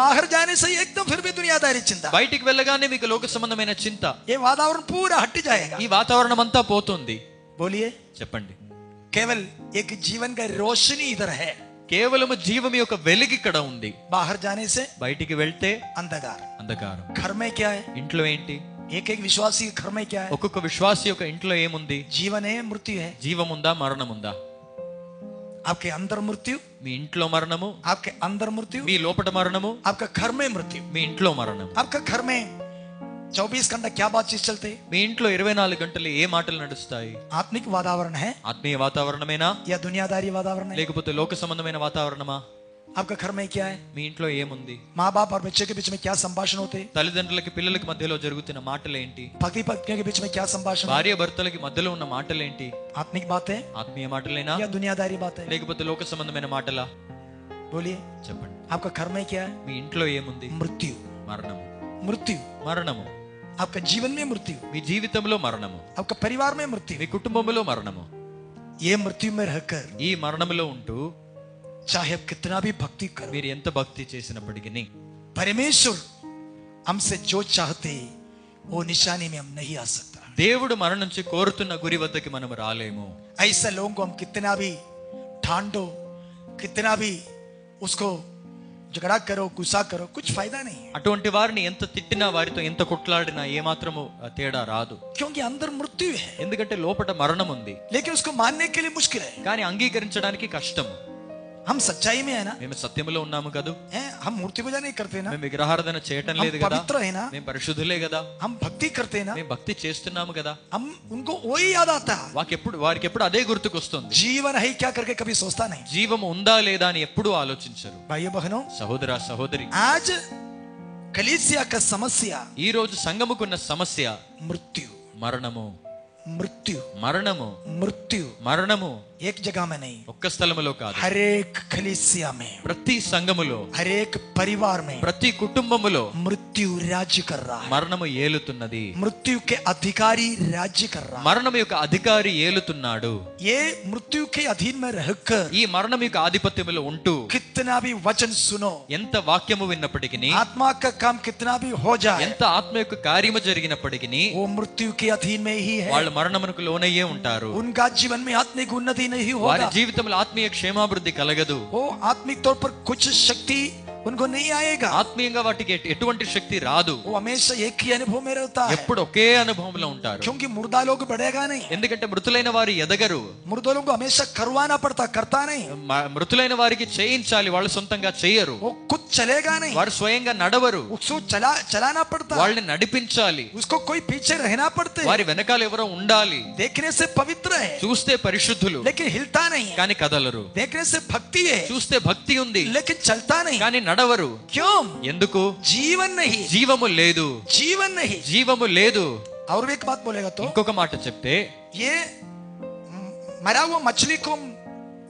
बाहर जाने से एकदम फिर भी दुनियादारी चिंता
బయటికి వెళ్ళగానే మీకు లోక సంబంధమైన చింత
ये वातावरण पूरा हट जाएगा
ఈ వాతావరణం అంతా పోతుంది
बोलिए
చెప్పండి
केवल एक जीवन का रोशनी इधर है
కేవలము జీవం యొక్క వెలుగు ఇక్కడ ఉంది
बाहर जाने से
బయటికి వెళ్తే
अंधकार
అంధకారం
घर में क्या है
ఇంట్లో ఏంటి
एक एक విశ్వాసీ के घर में क्या है
ఒక్కొక్క విశ్వాసి యొక్క ఇంట్లో ఏముంది
जीवन है मृत्यु है
జీవం ఉందా మరణం ఉందా
आपके अंदर मृत्यु
మీ ఇంట్లో మరణము
आपके अंदर मृत्यु
మీ లోపట మరణము
आपका घर में मृत्यु
మీ ఇంట్లో మరణము
आपका घर में चौबीस घंटा क्या बातचीत चलते
మీ ఇంట్లో ఇరవై నాలుగు గంటలు ఏ మాటలు నడుస్తాయి
आत्मिक वातावरण है
ఆత్మీయ వాతావరణమేనా
या दुनियादारी वातावरण है
లేకపోతే లోక సంబంధమైన వాతావరణమా
आपका घर में क्या है
మీ ఇంట్లో ఏముంది
माँ बाप और बच्चे के बीच में क्या संभाषण होते हैं?
తల్లిదండ్రులకి పిల్లలకి మధ్యలో జరుగుతున్న మాటలేంటి
पति पत्नी के बीच में क्या संभाषण
భార్య భర్తలకి మధ్యలో ఉన్న మాటలేంటి
आत्मिक बात है
ఆత్మీయ మాటలేనా
या दुनियादारी बात है
లేకపోతే లోక సంబంధమైన మాటలా
बोलिए
చెప్పండి
आपका घर में क्या है
మీ ఇంట్లో ఏముంది
मृत्यु
మరణము
मृत्यु
మరణము
आपका जीवन में मृत्यु
మీ జీవితంలో మరణము
आपका परिवार में मृत्यु
మీ కుటుంబంలో మరణము
ये मृत्यु में रहकर
ఈ మరణములో ఉంటూ
चाहे आप कितना भी भक्ति करो
మీరు ఎంత భక్తి చేసినప్పటికీ
परमेश्वर हमसे जो चाहते हैं, वो निशानी में हम नहीं आ सकता
దేవుడు మన నుంచి కోరుతున్న గురి వద్దకి మనం రాలేము
ऐसे लोगों को हम कितना भी ठांडो कितना भी उसको झगड़ा करो गुस्सा करो कुछ फायदा नहीं है
అటువంటి వారిని ఎంత తిట్టినా వారితో ఎంత కొట్లాడినా ఏమాత్రము ఆ, తేడా రాదు
क्योंकि अंदर मृत्यु है
ఎందుకంటే లోపట మరణం ఉంది
लेकिन उसको मानने के लिए मुश्किल है
కానీ అంగీకరించడానికి కష్టము
हम सच्चाई में है ना
మేము సత్యములో ఉన్నాము కదూ
हैं? हम मूर्ति पूजा नहीं करते ना
మేము విగ్రహారాధన చేయటం లేదు
हम
కదా
पवित्र है ना
మేము పరిశుద్ధులే కదా
हम भक्ति करते हैं ना
మేము భక్తి చేస్తున్నాము కదా
हम उनको वही याद आता है
వాకి ఎప్పుడు వారికి ఎప్పుడు అదే గుర్తుకొస్తుంది
जीवन है क्या करके कभी सोचता नहीं
జీవము ఉందా లేదా అని ఎప్పుడూ ఆలోచించరు
भाइयों बहनों
సహోదర సహోదరి
आज कलीसिया का समस्या
ఈ రోజు సంగముకున్న సమస్య
मृत्यु
మరణము
मृत्यु
మరణము
मृत्यु
మరణము
एक जगह में नहीं
ఒక్క స్థలములో కాదు
हर एक कलीसिया में
ప్రతి సంఘములో
हर एक परिवार में
ప్రతి కుటుంబములో
मृत्यु राज्य कर रहा है
మరణము ఏలుతున్నది
मृत्यु के अधिकारी राज्य कर रहा
మరణం యొక్క అధికారి ఏలుతున్నాడు
है ये मृत्यु के अधीन में रहकर
ఈ మరణం యొక్క ఆధిపత్యములో ఉంటూ
कितना भी वचन सुनो
ఎంత వాక్యము విన్నప్పటికీ
आत्मा का काम कितना भी हो जाए
ఎంత ఆత్మ యొక్క కార్యము జరిగినప్పటికీ
वो मृत्यु के अधीन में ही है
వాళ్ళు మరణమునకు లోనయ్యే ఉంటారు
उनका जीवन में आत्मिक उन्नति नहीं
వారి
होगा
జీవితంలో ఆత్మీయ క్షేమాభివృద్ధి కలగదు
वो आत्मिक तौर पर कुछ शक्ति उनको नहीं आएगा
ఆత్మీయంగా వాటికి ఎట్- ఎటువంటి శక్తి రాదు
वो हमेशा एक ही अनुभव में रहता है
ఎప్పుడు ఒకే అనుభవంలో ఉంటారు
क्योंकि मुर्दा लोग बढ़ेगा नहीं
ఎందుకంటే మృతులైన వారు ఎదగరు
मुर्दा लोगों को हमेशा करवाना पड़ता करता नहीं
మ- మృతులైన వారికి చేయించాలి వాళ్ళు సొంతంగా చేయరు
वो खुद चलेगा नहीं
వారు స్వయంగా నడవరు
उसको चला चलाना पड़ता
వాళ్ళని నడిపించాలి
उसको कोई पीछे रहना पड़ते
వారి వెనకాల ఎవరో ఉండాలి
देखने से पवित्र है
చూస్తే పరిశుద్ధులు
लेकिन हिलता नहीं है
కానీ కదలరు
देखने से भक्ति है
చూస్తే భక్తి ఉంది
लेकिन चलता नहीं
కానీ నడవరు
क्यों
ఎందుకు
जीवन नहीं
జీవము లేదు
जीवन नहीं
జీవము లేదు
और भी एक बात बोलेगा तो
ఇంకొక మాట చెప్తే
ये मरा हुआ मछली को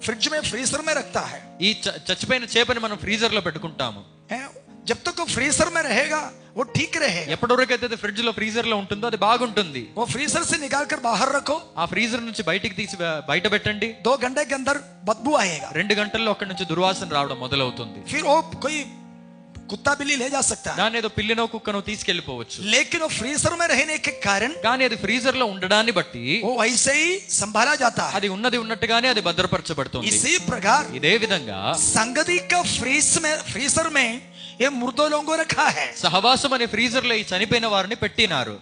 फ्रिज में फ्रीजर में रखता है
ఈ చ- చచ్చిపోయిన చేపని మనం ఫ్రీజర్ లో పెట్టుకుంటాము
हैं? जब तक वो फ्रीजर में रहेगा वो ठीक रहेगा
ఎప్పటి వరకు అయితే ఫ్రిడ్జ్ లో ఫ్రీజర్ లో ఉంటుందో అది బాగుంటుంది
वो फ्रीजर से निकाल कर बाहर रखो
ఆ ఫ్రీజర్ నుంచి బయటికి తీసి బ- బయట పెట్టండి
दो घंटे के अंदर बदबू आएगा
రెండు గంటల్లో అక్కడి నుంచి దుర్వాసన రావడం మొదలవుతుంది
फिर वो कोई कुत्ता बिल्ली ले जा सकता है
దాని ఏదో పిల్లినో కుక్కనో తీసుకెళ్లిపోవచ్చు
लेकिन वो फ्रीजर में रहने के कारण
కానీ అది ఫ్రీజర్ లో ఉండడాన్ని బట్టి
वो वैसे ही संभाला जाता है
అది ఉన్నది ఉన్నట్టుగానే అది భద్రపరచబడుతుంది
इसी प्रकार
ఇదే విధంగా
संगति का फ्रीज में फ्रीजर में ये मुर्दों लोगों को रखा है
సహవాసం అనే ఫ్రీజర్ లో ఈ చనిపోయిన వారిని పెట్టినారు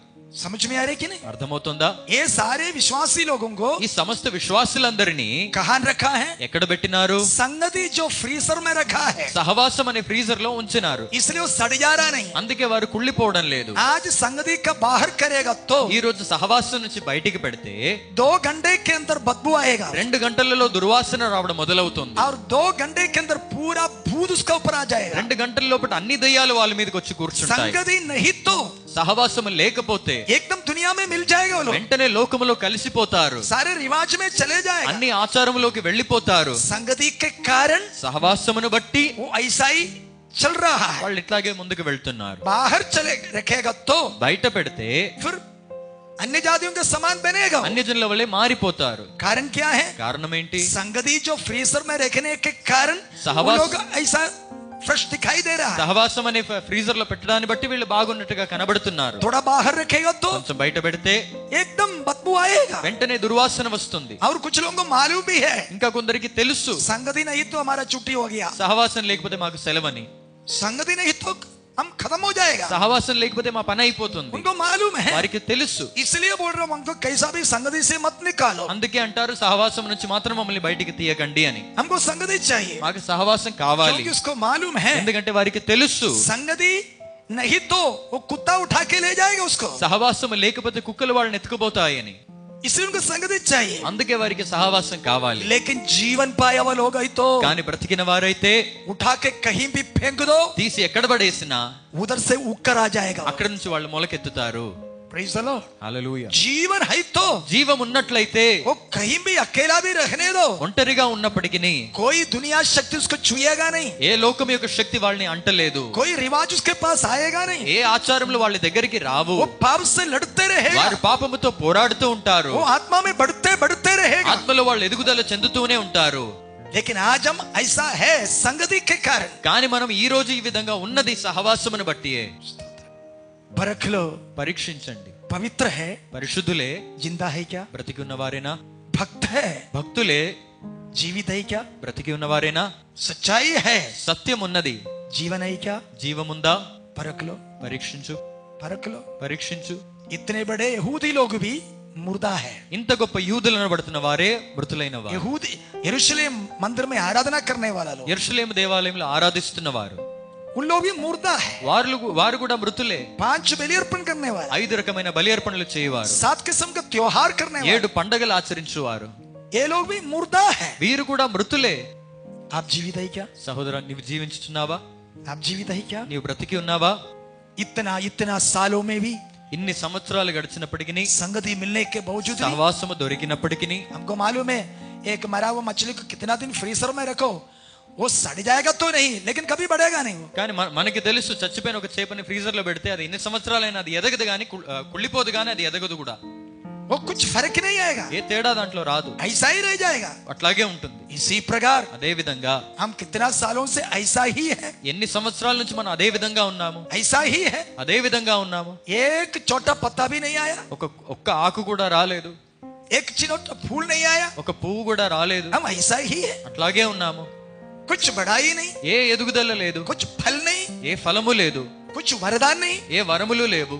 समझ में आ रही कि नहीं
అర్థమవుతుందా
ये सारे विश्वासी लोगों को
ఈ సమస్త విశ్వాసులందరినీ
कहां रखा है
ఎక్కడ పెట్టినారు
संगति जो फ्रीजर में रखा है
సహవాసం అనే ఫ్రీజర్ లో ఉంచినారు
इसलिए वो सड़ जा रहा नहीं
అందుకే వారు కుళ్ళిపోవడం లేదు
आज संगति का बाहर करेगा तो
ఈ రోజు సహవాసం నుంచి బయటికి పెడితే
दो घंटे के अंदर बदबू आएगा
రెండు గంటలలో దుర్వాసన రావడం మొదలవుతుంది
और दो घंटे के अंदर पूरा भूत उसका ऊपर आ जाएगा
రెండు గంటల లోపల అన్ని దయ్యాలు వాళ్ళ మీదకి వచ్చి కూర్చుంటాయి
संगति नहीं तो
సహవాసం లేకపోతే
एकदम दुनिया में मिल जाएगा वो लोग
వెంటనే లోకములో కలిసిపోతారు
सारे रिवाज में चले जाएगा
అన్ని ఆచారములోకి వెళ్ళిపోతారు
संगति के कारण
సహవాసమును బట్టి
वो ऐसा ही चल रहा है
వాళ్ళు ఇట్లాగే ముందుకు వెళ్తున్నారు
बाहर चले रखेगा तो
బయట పెడితే
फिर अन्य जातियों के समान बनेगा वो।
అన్ని జనుల వల్లే మారిపోతారు
कारण क्या है
కారణం ఏంటి
संगति जो फ्रीजर में रखने के कारण वो
सहवास-
लोग ऐसा फ्रेश दिखाई दे रहा है
సహవాసం అనే ఫ్రీజర్ లో పెట్టడాన్ని బట్టి వీళ్ళు బాగున్నట్టుగా కనబడుతున్నారు
थोड़ा बाहर रखेगा तो
కొంచెం బయట పెడితే
एकदम बदबू आएगा
వెంటనే దుర్వాసన వస్తుంది
और कुछ लोगों को मालूम भी है
ఇంకా కొందరికి తెలుసు
संगति नहीं तो हमारा छुट्टी हो गया
సహవాసం లేకపోతే మాకు సెలవని
संगति नहीं तो हम खत्म हो जाएगा
సహవాసం లేకపోతే మా పని అయిపోతుంది
उनको मालूम है
వారికి తెలుసు
इसलिए बोल रहा हूं हमको कैसा भी संगति से मत निकालो
అందుకే అంటారు సహవాసం నుంచి మాత్రం మమ్మల్ని బయటికి తీయకండి అని
हमको संगति चाहिए
మాకు సహవాసం కావాలి
क्योंकि उसको मालूम है
ఎందుకంటే వారికి తెలుసు
संगति नहीं तो वो कुत्ता उठा के ले जाएगा उसको
సహవాసం లేకపోతే కుక్కలు వాళ్ళని ఎత్తుకుపోతాయని
इसलिए उनको संगति चाहिए
అందుకే వారికి సహవాసం కావాలి
लेकिन जीवन पाया हुआ लोग ही तो
కానీ బ్రతికిన వారైతే
उठा के कहीं भी फेंक दो
తీసి ఎక్కడ పడేసినా
उधर से उक्कर आ जाएगा
అక్కడ నుంచి వాళ్ళు మొలకెత్తుతారు
प्रेज द लॉर्ड
హల్లెలూయా
जीवन है तो
జీవం ఉన్నట్లయితే
वो कहीं भी अकेला भी रहने दो
ఒంటరిగా ఉన్నప్పటికీ
कोई दुनिया शक्ति उसको छुएगा नहीं
ఏ లోకం యొక్క శక్తి వాళ్ళని అంటలేదు
कोई रिवाज उसके पास आएगा नहीं
ఏ ఆచారములు వాళ్ళ దగ్గరికి రావు
वो पाप से लड़ते रहेगा
వారు పాపముతో పోరాడుతూ ఉంటారు
वो आत्मा में बढ़ते बढ़ते रहेगा
ఆత్మలో వాళ్ళు ఎదుగుదల చెందుతూనే ఉంటారు
लेकिन आज हम ऐसा है संगति के कारण
కానీ మనం ఈ రోజు ఈ విధంగా ఉన్నది సహవాసమును బట్టియే
परख लो
పరీక్షించండి
पवित्र है
పరిశుద్ధులే
जिंदा है क्या
బ్రతికి ఉన్నవారేనా
भक्त है
భక్తులే
जीवित है क्या
బ్రతికి ఉన్నవారేనా
सच्चाई है
సత్యం ఉన్నది
जीवन है क्या
జీవముందా
परख लो
పరీక్షించు
परख लो
పరీక్షించు
इतने बड़े यहूदी लोग भी मुर्दा है
ఇంత గొప్ప యూదులను పడుతున్న వారే మృతులైన వారు
यहूदी यरूशलेम मंदिर में आराधना करने वाला लोग
ఎరుసలేం దేవాలయంలో ఆరాధిస్తున్న వారు
उन लोग भी मुर्दा है
వారు వారు కూడా మృతులే
पांच बलि अर्पण करने वाला
ఐదు రకమైన బలి అర్పణలు చేయవారు
सात किस्म का त्योहार करने वाला
ఏడు పండగలు ఆచరించువారు
ये लोग भी मुर्दा है
వీరు కూడా మృతులే
आप जीवित है क्या
సహోదరా నీవు జీవించుచున్నావా
आप जीवित है क्या
నీవు బ్రతికి ఉన్నావా
इतना इतना सालों में भी
ఇన్ని సంవత్సరాలు గడిచినప్పటికీ
संगति मिलने के बावजूद भी
సహవాసము దొరికినప్పటికీ
हमको मालूम है एक मरा हुआ मछली को कितना दिन फ्रीजर में रखो वो सड़ जाएगा तो नहीं लेकिन कभी बढ़ेगा नहीं वो
కానీ మన- మనకి తెలుసు చచ్చిపోయిన ఒక చేపని ఫ్రీజర్ లో పెడితే అది ఎన్ని సంవత్సరాలైనా అది ఎదగదు కానీ కు- ఆ, కుళ్ళిపోదు కానీ అది ఎదగదు కూడా
वो कुछ फर्क नहीं आएगा
ఏ తేడా దాంట్లో రాదు
ऐसा ही रह जाएगा
అట్లాగే ఉంటుంది
इसी प्रकार
అదే విధంగా
हम कितना सालों से ऐसा ही है
ఎన్ని సంవత్సరాల నుంచి మనం అదే విధంగా ఉన్నాము
ऐसा ही है
అదే విధంగా ఉన్నాము
एक छोटा पत्ता भी नहीं आया
ఒక ఒక్క ఆకు కూడా రాలేదు
एक चिनोटा फूल नहीं आया
ఒక పువ్వు కూడా రాలేదు
हम ऐसा ही है
అట్లాగే ఉన్నాము
कुछ बड़ा ही नहीं
ఏ ఎదుగుదల లేదు
कुछ फल नहीं
ఏ ఫలము లేదు
कुछ वरदान नहीं
ఏ వరములు లేవు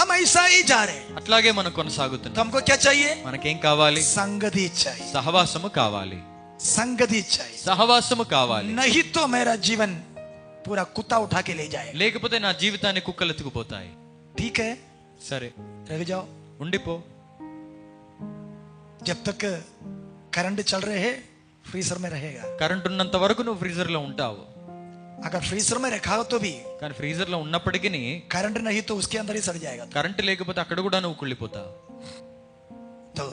हम ऐसा ही जा रहे हैं
అట్లాగే మనం
तो
కొనసాగుతున్నాం
हमको क्या चाहिए
మనకేం కావాలి
संगति चाहिए
సహవాసము కావాలి
संगति चाहिए
సహవాసము కావాలి
नहीं तो मेरा जीवन पूरा कुत्ता उठा के ले जाएगा
లేకపోతే నా జీవితాన్ని కుక్కలు ఎత్తుకుపోతాయి
ठीक है
సరే
रह जाओ
ఉండిపో
जब तक करंट चल रहे है फ्रीजर में रहेगा
కరెంట్ ఉన్నంత వరకు నువ్వు ఫ్రీజర్లో ఉంటావు
अगर फ्रीजर में रखा हो तो भी
కానీ ఫ్రీజర్లో ఉన్నప్పటికీ
करंट नहीं तो उसके अंदर ही सड़ जाएगा
కరెంట్ లేకపోతే అక్కడ కూడా నువ్వు కుళ్ళిపోతావు
तो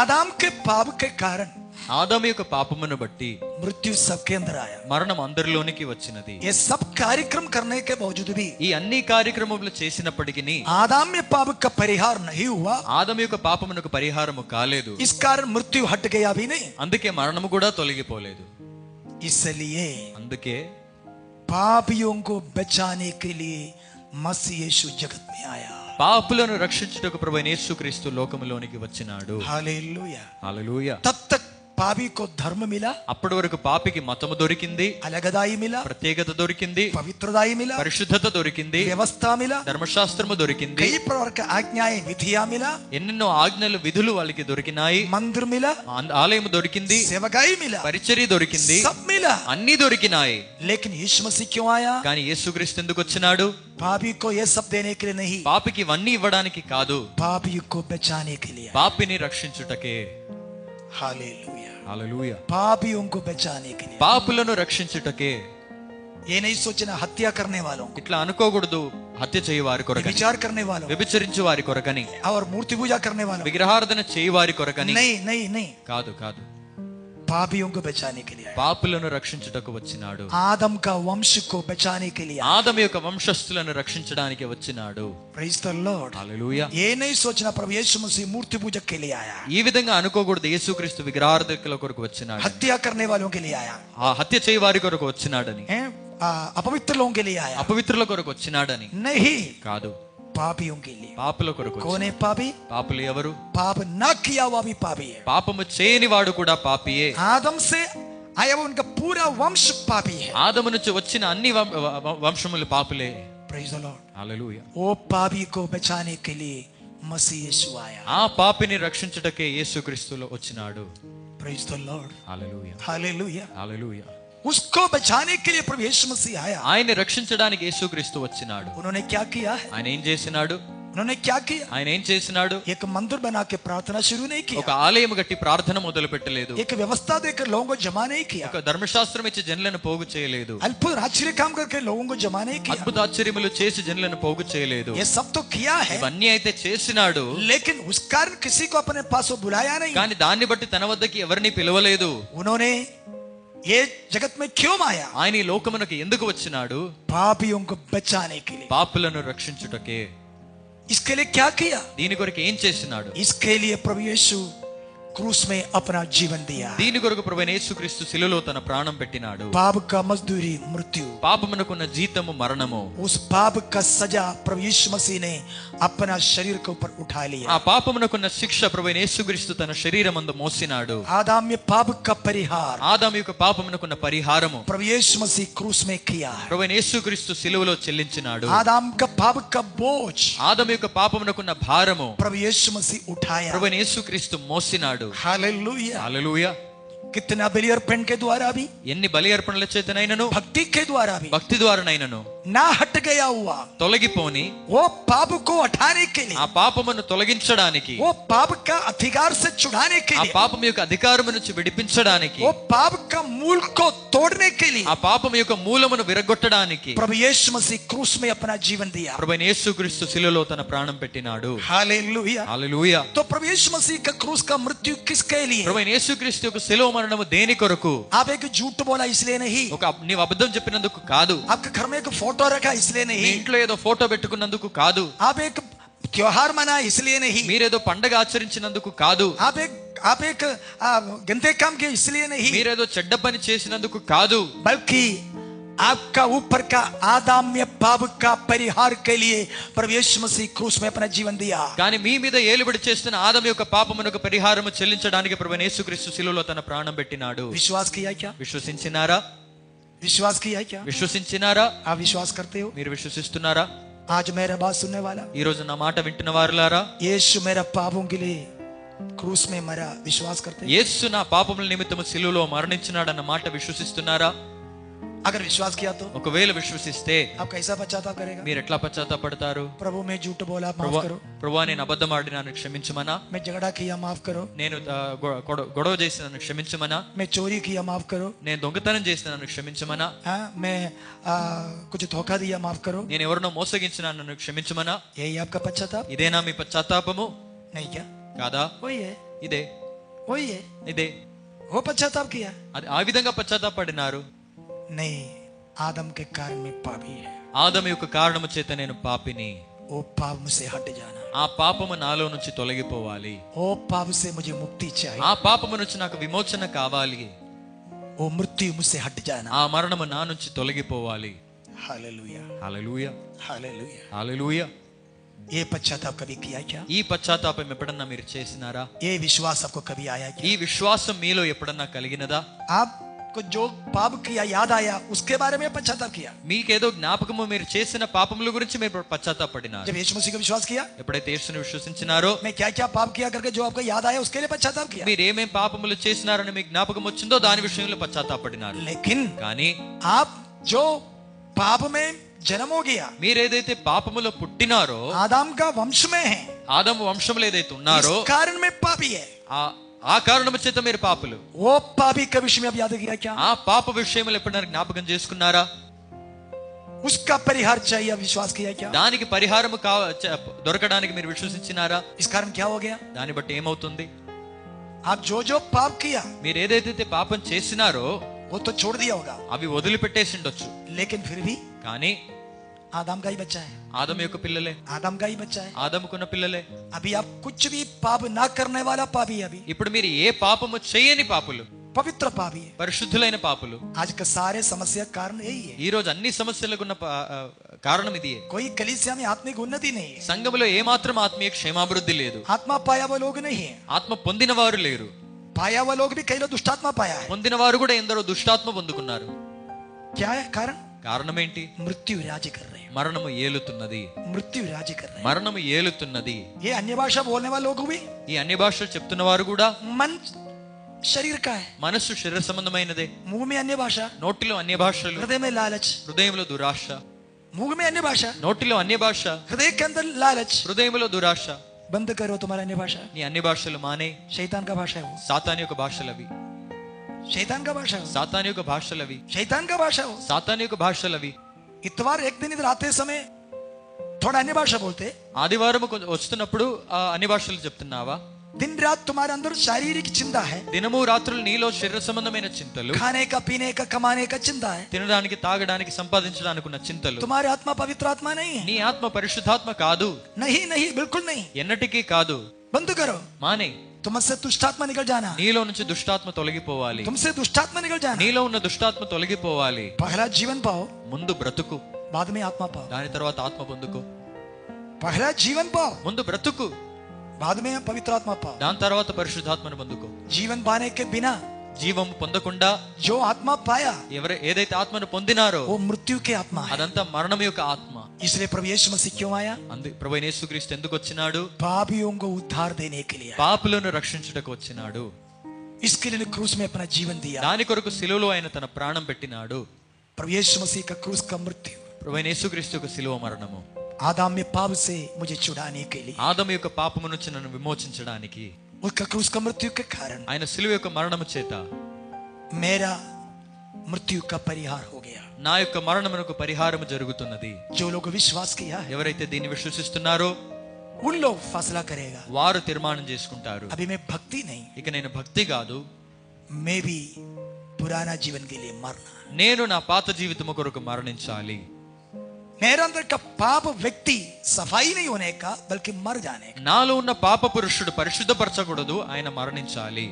आदाम के पाप के कारण
ఆదాము యొక్క పాపమును బట్టి
मृत्यु सबके अंदर आया
మరణం అందరిలోనికి వచ్చినది
ये सब कार्यक्रम करने के बावजूद भी
ఈ అన్ని కార్యక్రమములు చేసినప్పటికీ
आदाम में पाप का परिहार नहीं हुआ
ఆదాము యొక్క పాపమునకు పరిహారము కాలేదు
इस कारण మృత్యు हट गया भी नहीं
అందుకే మరణము కూడా తొలగిపోలేదు
इसलिए
అందుకే
पापियों को बचाने के लिए मसीह यीशु जगत में आया
పాపులను రక్షించుటకు ప్రభు యేసుక్రీస్తు లోకములోనికి వచ్చినాడు
हालेलुया
హల్లెలూయా
तब तक पापी को धर्म मिला
అప్పటి వరకు పాపికి మతము దొరికింది
अलगदाई मिला
ప్రత్యేకత దొరికింది
पवित्रदाई मिला
పరిశుద్ధత దొరికింది
व्यवस्था मिला
ధర్మశాస్త్రము దొరికింది
कई प्रकार के आज्ञाएं विधिया मिला
ఎన్నెన్నో ఆజ్ఞలు విధులు వాళ్ళకి దొరికినాయి
मंदिर मिला
ఆన్- ఆలయము దొరికింది
सेवकाई मिला
పరిచర్య దొరికింది
सब मिला
అన్ని దొరికినాయి
लेकिन यीशु मसीह क्यों आया
కానీ యేసుక్రీస్తు ఎందుకు వచ్చినాడు
पापी को ये सब देने के लिए नहीं
పాపికి ఇవన్నీ ఇవ్వడానికి కాదు
पापी को बचाने के लिए
పాపిని రక్షించుటకే
हालेलुया
హల్లెలూయా
पापियों को बचाने के लिए
పాపులను రక్షించుటకే
ये नहीं सोचना हत्या करने वालों को
ఇట్లా అనుకోకూడదు హత్య చేయి వారి కొరకని
विचार करने वालों
వ్యభిచరించు వారి కొరకని
को और मूर्ति पूजा करने वालों
విగ్రహార్థన చేయి వారి కొరకని
को। नहीं नहीं नहीं
కాదు కాదు
पापियों को बचाने के लिए आया।
పాపులను రక్షించుటకు వచ్చినాడు
आदम का वंश को बचाने के लिए
ఆదము యొక్క వంశస్థులను రక్షించడానికి వచ్చినాడు
प्रेज द लॉर्ड
హల్లెలూయా
ये नहीं सोचना प्रभु यीशु मसीह मूर्ति पूजक के लिए आया
ఈ విధంగా అనుకోకూడదు యేసుక్రీస్తు విగ్రహార్థకుల కొరకు వచ్చినాడు
हत्या करने वालों के लिए आया
ఆ హత్య చేయి వారి కొరకు వచ్చినాడని
हैं? आ, अपवित्र लोगों के लिए आया
అపవిత్రుల కొరకు వచ్చినాడని
नहीं
కాదు
पापियों के लिए
పాపుల కొరకు
कौन
వచ్చినాడు.
है पापी
పాపులు ఎవరు
पाप ना किया हुआ भी पापी है
పాపము చేయని వాడు కూడా పాపియే
आदम से आया हुआ उनका पूरा वंश पापी है
ఆదము నుంచి వచ్చిన అన్ని వం- వ- వ- వంశములు పాపులే
प्रेज द लॉर्ड
హల్లెలూయా
वो पापी को बचाने के लिए मसीह यीशु आया
ఆ పాపిని రక్షించుటకే యేసుక్రీస్తులో వచ్చినాడు
praise the Lord
hallelujah
hallelujah
hallelujah
उसको बचाने के लिए प्रभु यीशु मसीह आया
ఆయన రక్షించడానికి యేసుక్రీస్తు వచ్చినాడు
उन्होंने क्या किया है
ఆయన ఏం చేసినాడు
उन्होंने क्या किया
ఆయన ఏం చేసినాడు
एक मंदिर बना के प्रार्थना शुरू नहीं
ఒక
किया
ఆలయం గట్టి ప్రార్థన మొదలు పెట్టలేదు
एक व्यवस्था देकर लोगों को जमा नहीं किया
ఒక ధర్మశాస్త్రం ఇచ్చి జనులను పోగు చేయలేదు
अल्प आश्चर्य काम करके लोगों को जमा नहीं किया
అద్భుత ఆశ్చర్యములు చేసి జనులను పోగు చేయలేదు
ये सब तो किया है
ఇవన్నీ అయితే చేసినాడు
लेकिन उस कारण किसी को अपने पास वो बुलाया नहीं
కానీ దాన్ని బట్టి తన వద్దకి ఎవరిని పిలవలేదు
उन्होंने ये जगत में क्यों आया
ఆయన ఈ లోకమునకు ఎందుకు వచ్చినాడు
पापियों को बचाने के लिए
పాపులను రక్షించుటకే
इसके लिए क्या किया
దీని కొరకు ఏం చేసినాడు
इसके लिए प्रभु यीशु क्रूस में अपना जीवन दिया
దీని కొరకు ప్రభువైన యేసుక్రీస్తు శిలువలో తన ప్రాణం పెట్టినాడు
पाप का मजदूरी मृत्यु
పాపమునకున్న జీతము మరణము
उस पाप का सजा प्रभु यीशु मसीह ने अपना शरीर के ऊपर उठा
ఆ
लिया
పాపమునకున్న శిక్ష ప్రభువైన యేసుక్రీస్తు తన శరీరమందు మోసినాడు
आदाम में पाप का परिहार
ఆదాము యొక్క పాపమునకున్న పరిహారము
प्रभु यीशु मसीह क्रूस में किया है
ప్రభువైన యేసుక్రీస్తు శిలువలో చెల్లించినాడు
आदाम का पाप का बोझ
ఆదాము యొక్క పాపమునకున్న భారము
प्रभु यीशु मसीह उठाया
ప్రభువైన యేసుక్రీస్తు మోసినాడు
हालेलुया
హల్లెలూయా
कितना बलि अर्पण के द्वारा भी
ఎన్ని బలి అర్పణల చేతనైనను
भक्ति के द्वारा भी
భక్తి ద్వారానైనను
ना हट गया हुआ
తొలగిపోని
वो पाप को हटाने के
ఆ
लिए
పాపమును తొలగించడానికి
वो పాప का अधिकार से छुड़ाने के
ఆ
लिए
పాపం యొక్క అధికారము నుంచి విడిపించడానికి
वो पाप का मूल को तोड़ने के लिए
ఆ పాపం యొక్క మూలమును విరగొట్టడానికి
प्रभु यीशु मसीह क्रूस में अपना जीवन दिया
ప్రభువైన యేసుక్రీస్తు శిలువలో తన ప్రాణం పెట్టినాడు
हालेलुया
హల్లెలూయా
तो प्रभु यीशु मसीह का क्रूस का मृत्यु किसके लिए
ప్రభువైన యేసుక్రీస్తు యొక్క శిలువ మరణము దేని కొరకు
आप एक झूठ बोला इसलिए नहीं
ఒక నీవు అబద్ధం చెప్పినందుకు కాదు
आपके घर में एक फोटो रखा इसलिए
మీ
नहीं
ఇంట్లో ఏదో ఫోటో పెట్టుకున్నందుకు కాదు
आप एक त्योहार मना इसलिए नहीं
మీరేదో పండగ ఆచరించినందుకు కాదు
आप एक आप एक आ, गंदे काम किए इसलिए नहीं
మీరేదో చెడ్డ పని చేసినందుకు కాదు
बल्कि आपका ऊपर का आदाम्य पाप का परिहार के लिए प्रभु यीशु मसीह क्रूस में अपना जीवन दिया
కానీ మీ మీద ఏలుబడి చేస్తున్న ఆదం యొక్క పాపమునకు పరిహారము చెల్లించడానికి ప్రభువైన యేసుక్రీస్తు శిలువలో తన ప్రాణం పెట్టినాడు
विश्वास किया क्या
విశ్వసించినారా
विश्वास किया क्या
విశ్వసించినారా
आप विश्वास करते हो
మీరు విశ్వసిస్తున్నారా
आज मेरा बात सुनने वाला
ఈ రోజు నా మాట వింటున్న వారులారా
यीशु मेरा पापों के लिए क्रूस में मरा विश्वास करते हो
యేసు నా పాపముల నిమిత్తము శిలువలో మరణించినాడన్న మాట విశ్వసిస్తున్నారా
अगर विश्वास किया तो
ఒకవేళ విశ్వసిస్తే
आप कैसा पश्चाताप करेगा
మీరు ఎట్లా పశ్చాత్తాపడతారు
प्रभु मैं झूठ बोला माफ
ప్రభా
करो
ప్రభా నేను అబద్ధం ఆడినాను క్షమించమనా
मैं झगड़ा किया माफ करो
నేను ఆ, గొ- గొడ- గొడవ చేసినాను క్షమించమనా
मैं चोरी किया माफ करो
నేను దొంగతనం చేసినాను క్షమించమనా
हाँ, मैं आ, कुछ धोखा दिया माफ करो
నేను ఎవరినో మోసగించినాను నన్ను క్షమించమనా
यही आपका पश्चाताप
ఇదేనా మీ పశ్చాత్తాపము
नहीं क्या
కాదా
वही है
ఇదే
वही है
ఇదే
वो पश्चाताप किया
అది ఆ విధంగా పశ్చాత్తాపడినారు
नहीं आदम के कारण में पापी है
ఆదము యొక్క కారణము చేత నేను పాపిని
वो पाप से हट जाना
ఆ పాపము నాలో నుంచి తొలగిపోవాలి
वो पाप से मुझे मुक्ति चाहिए
ఆ పాపము నుంచి నాకు విమోచన కావాలి
वो मृत्यु मुझसे हट जाना
ఆ మరణము నా నుంచి తొలగిపోవాలి
हालेलुया
హల్లెలూయా
हालेलुया
హల్లెలూయా
ये पश्चाताप कभी किया क्या
ఈ పశ్చాత్తాపం ఎప్పుడన్నా మీరు చేసినారా
ये विश्वास आपको कभी आया क्या
ఈ విశ్వాసం మీలో ఎప్పుడన్నా కలిగినదా
आपको जो पाप किया याद आया उसके बारे में पश्चाताप किया
మీకేదో జ్ఞాపకము మీరు చేసిన పాపముల గురించి మీరు పశ్చాత్తాపడినారు
जब यीशु मसीह का विश्वास किया
ఎప్పుడైతే యేసుని విశ్వసించినారో
मैं क्या क्या पाप किया करके जो आपको याद आया उसके लिए पश्चाताप किया
మీరు ఏమేం పాపములు చేసినారని మీకు జ్ఞాపకం వచ్చిందో దాని విషయంలో పశ్చాత్తాపడినారు
लेकिन
కానీ
आप जो पाप में जन्म हो गया
మీరేదైతే పాపములో పుట్టినారో
आदाम का वंश में है
ఆదము వంశంలో ఏదైతే
इस
ఉన్నారో
कारण में పాపి है
ఆ- ఆ కారణము చేత మీరు పాపులు
वो पापी का विषय में आप याद किया क्या
ఆ పాప విషయంలో ఎప్పుడైనా జ్ఞాపకం చేసుకున్నారా
उसका परिहार चाहिए आप विश्वास किया क्या
దానికి పరిహారము కా చ- దొరకడానికి మీరు విశ్వసించినారా
इस कारण क्या हो गया
దాన్ని బట్టి ఏమవుతుంది
आप जो जो पाप किया
మీరు ఏదైతే పాపం చేసినారో
वो तो छोड़ दिया होगा
అవి వదిలిపెట్టేసి ఉండొచ్చు
लेकिन फिर भी
కానీ
आदम का ही बच्चा है
ఆదము యొక్క పిల్లలే
आदम का ही बच्चा है
ఆదముకున్న పిల్లలే
अभी आप कुछ भी पाप ना करने वाला पापी है अभी
ఇప్పుడు మీరు ఏ పాపము చేయని పాపులు
पवित्र पापी है
పరిశుద్ధులైన పాపులు
आज का सारे समस्या का कारण यही है
ఈ రోజు అన్ని సమస్యలకు ఉన్న పా- ఆ, కారణం ఇది
कोई कलीसिया में आत्मिक उन्नति नहीं है
సంఘములో ఏమాత్రం ఆత్మీయ క్షేమాభివృద్ధి లేదు
आत्मा पाया हुआ लोग नहीं है
ఆత్మ పొందిన వారు లేరు
पाया हुआ लोग भी कई लोग दुष्टात्मा पाया है
పొందిన వారు కూడా ఎందరో దుష్టాత్మ పొందుకున్నారు
क्या है कारण
కారణం ఏంటి
मृत्यु राज्य कर रहे
మరణము ఏలుతున్నది
हैं मृत्यु राज्य कर रहे
మరణము ఏలుతున్నది
हैं ये अन्य भाषा बोलने वाले लोग भी
ఈ అన్ని భాషలు చెప్తున్న వారు కూడా
मन शरीर का है
మనస్సు శరీర సంబంధమైనదే
मुंह में अन्य भाषा
నోటిలో అన్య భాషలు
हृदय में लालच
హృదయంలో దురాశ
मुंह में अन्य भाषा
నోటిలో అన్య భాష
हृदय के अंदर लालच
హృదయంలో దురాశ
बंद करो तुम्हारा अन्य भाषा
నీ అన్ని భాషలు మానే
शैतान का भाषा है
సాతాన్ యొక్క భాషలవి
वो शैतान का भाषा है वो
సాతాన్ యొక్క భాషలవి
शैतान का भाषा है वो
సాతాన్ యొక్క భాషలవి
इतवार एक दिन इधर आते समय थोड़ा अन्य भाषा बोलते
ఆదివారం కొంచెం వస్తున్నప్పుడు ఆ అన్ని భాషలు చెప్తున్నావా
दिन रात तुम्हारे अंदर शारीरिक चिंता है
దినము రాత్రులు నీలో శరీర సంబంధమైన చింతలు
खाने का पीने का कमाने का चिंता है
తినడానికి తాగడానికి సంపాదించడానికి ఉన్న చింతలు
तुम्हारी आत्मा पवित्र आत्मा नहीं है
నీ ఆత్మ పరిశుద్ధాత్మ కాదు
नहीं नहीं बिल्कुल नहीं
ఎన్నటికీ కాదు
बंद करो
మానే
तुमसे दुष्टात्मा निकल जाना
నీలో నుంచి దుష్టాత్మ తొలగిపోవాలి
तुमसे दुष्टात्मा निकल जाना
నీలో ఉన్న దుష్టాత్మ తొలగిపోవాలి
पहला जीवन पाओ
ముందు బ్రతుకు
बाद में आत्मा पाओ
దాని తర్వాత ఆత్మ పొందుకో
पहला जीवन पाओ
ముందు బ్రతుకు
बाद में पवित्र आत्मा पाओ
దాని తర్వాత పరిశుద్ధాత్మను పొందుకో
जीवन पाने के बिना
జీవం పొందకుండా
जो आत्मा पाया
ఎవరు ఏదైతే ఆత్మను పొందినారో
वो మృत्यु के आत्मा है
అదంతా మరణం యొక్క ఆత్మ
इसलिए प्रभु यीशु मसीह क्यों आया
అందు ప్రభు యేసుక్రీస్తు ఎందుకు వచ్చినాడు
पापियों को उद्धार देने के लिए आया।
పాపులను రక్షించుటకు వచ్చినాడు
इसके लिए क्रूस में अपना जीवन दिया
దాని కొరకు శిలువలో ఆయన తన ప్రాణం పెట్టినాడు
प्रभु यीशु मसीह का क्रूस का मृत्यु
ప్రభు యేసుక్రీస్తు యొక్క శిలువ మరణము
आदाम में पाप से मुझे छुड़ाने के लिए
ఆదము యొక్క పాపము నుంచి నన్ను విమోచించడానికి
उसका क्रूस का मृत्यु के कारण
ఆయన శిలువ యొక్క మరణము చేత
मेरा मृत्यु का परिहार हो गया
నా యొక్క మరణమునకు పరిహారము జరుగుతున్నది
जो लोग विश्वास किया है
ఎవరైతే దీన్ని విశ్వసిస్తున్నారో
उन लोग फैसला करेगा
వారు తీర్మానం చేసుకుంటారు
अभी मैं भक्ति नहीं
ఇక నేను భక్తి కాదు
मैं भी पुराना जीवन के लिए मरना
నేను నా పాత జీవితము కొరకు మరణించాలి
मेरे अंदर का पाप व्यक्ति सफाई नहीं होने का बल्कि मर जाने का
నాలో ఉన్న పాప పురుషుడు పరిశుద్ధపరచకూడదు ఆయన మరణించాలి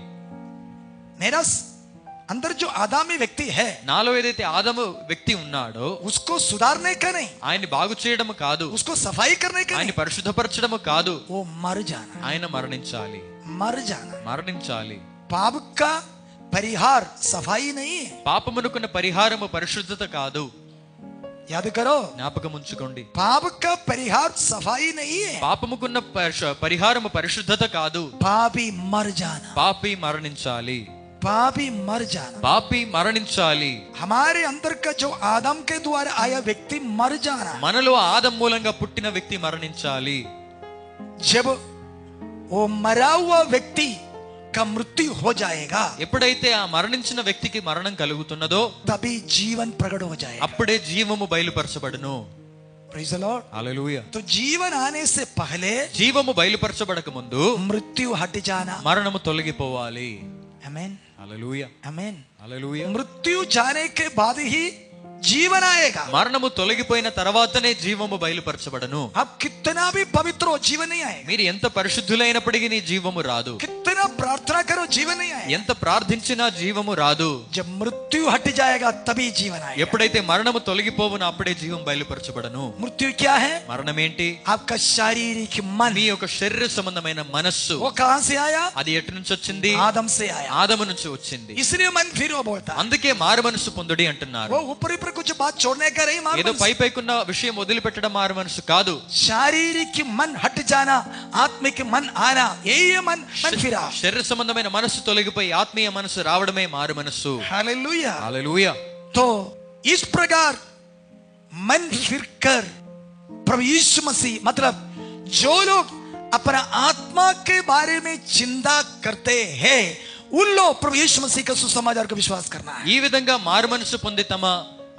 मेरा स- अंदर जो आदामी व्यक्ति है
నాలో ఏదైతే ఆదము వ్యక్తి ఉన్నాడో
उसको सुधारने का नहीं
ఆయన్ని బాగు చేయడము కాదు
उसको सफाई करने का
ఆయన్ని
नहीं
పరిశుద్ధపరచడము కాదు
वो मर जाना
ఆయన మరణించాలి
मर जाना
మరణించాలి
पाप का परिहार सफाई नहीं है
పాపమునుకున్న పరిహారము పరిశుద్ధత కాదు
याद करो
జ్ఞాపకం ఉంచుకోండి
पाप का परिहार सफाई नहीं है
పాపముకున్న పరిశ- పరిహారము పరిశుద్ధత కాదు
पापी मर जाना
పాపి మరణించాలి
पापी मर जाना
పాపి మరణించాలి
हमारे अंदर का जो आदम के द्वारा आया व्यक्ति मर जाना
మనలో ఆదం మూలంగా పుట్టిన వ్యక్తి మరణించాలి
जब वो मरा हुआ व्यक्ति का मृत्यु हो जाएगा
ఎప్పుడైతే ఆ మరణించిన వ్యక్తికి మరణం కలుగుతున్నదో
तभी जीवन प्रकट हो जाएगा
అప్పుడే జీవము బయలుపరచబడును
Praise the Lord.
హల్లెలూయా
तो जीवन आने से पहले
జీవము బయలుపరచబడక ముందు
मृत्यु हट जाना
మరణము తొలగిపోవాలి
अमेन
హల్లెలూయా
अमेन
హల్లెలూయా
मृत्यु जाने के बाद ही जीवन आएगा
మరణము తొలగిపోయిన తర్వాతనే జీవము బయలుపరచబడను
आप कितना भी पवित्र हो जीवन नहीं आएगा
మీరు ఎంత పరిశుద్ధులైనప్పటికీ నీ జీవము రాదు
कितना प्रार्थना करो जीवन नहीं आएगा
ఎంత ప్రార్థించినా జీవము రాదు
जब मृत्यु हट जाएगा तभी जीवन आएगा
ఎప్పుడైతే మరణము తొలగిపోవునో అప్పుడే జీవం బయలుపరచబడను
मृत्यु क्या है
మరణమేంటి
आपका शारीरिक मन
నీ యొక్క శరీర సంబంధమైన మనస్సు
वो कहां से आया
అది ఎటు నుంచి వచ్చింది
आदम से आया
ఆదము నుంచి వచ్చింది
इसलिए मन फिर वो बोलता है।
అందుకే మారు మనసు పొందుడి అంటున్నారు
वो ऊपर ऊपर कुछ बात छोड़ने का नहीं
ఏదో
मालूम
పై పైకున్న విషయం వదిలిపెట్టడం మారు మనసు కాదు
शारीरिक मन हट जाना आत्मिक मन आना यही है मन मन फिरा
శరీర సంబంధమైన మనసు తొలగిపోయి ఆత్మీయ మనసు రావడమే మారు మనస్సు
हालेलुया
హల్లెలూయా
तो इस प्रकार मन फिर कर प्रभु यीशु मसीह मतलब जो लोग अपना आत्मा के बारे में चिंता करते हैं उन लोग प्रभु यीशु मसीह का सुसमाचार का विश्वास करना है
ఈ విధంగా మారు మనసు పొంది తమ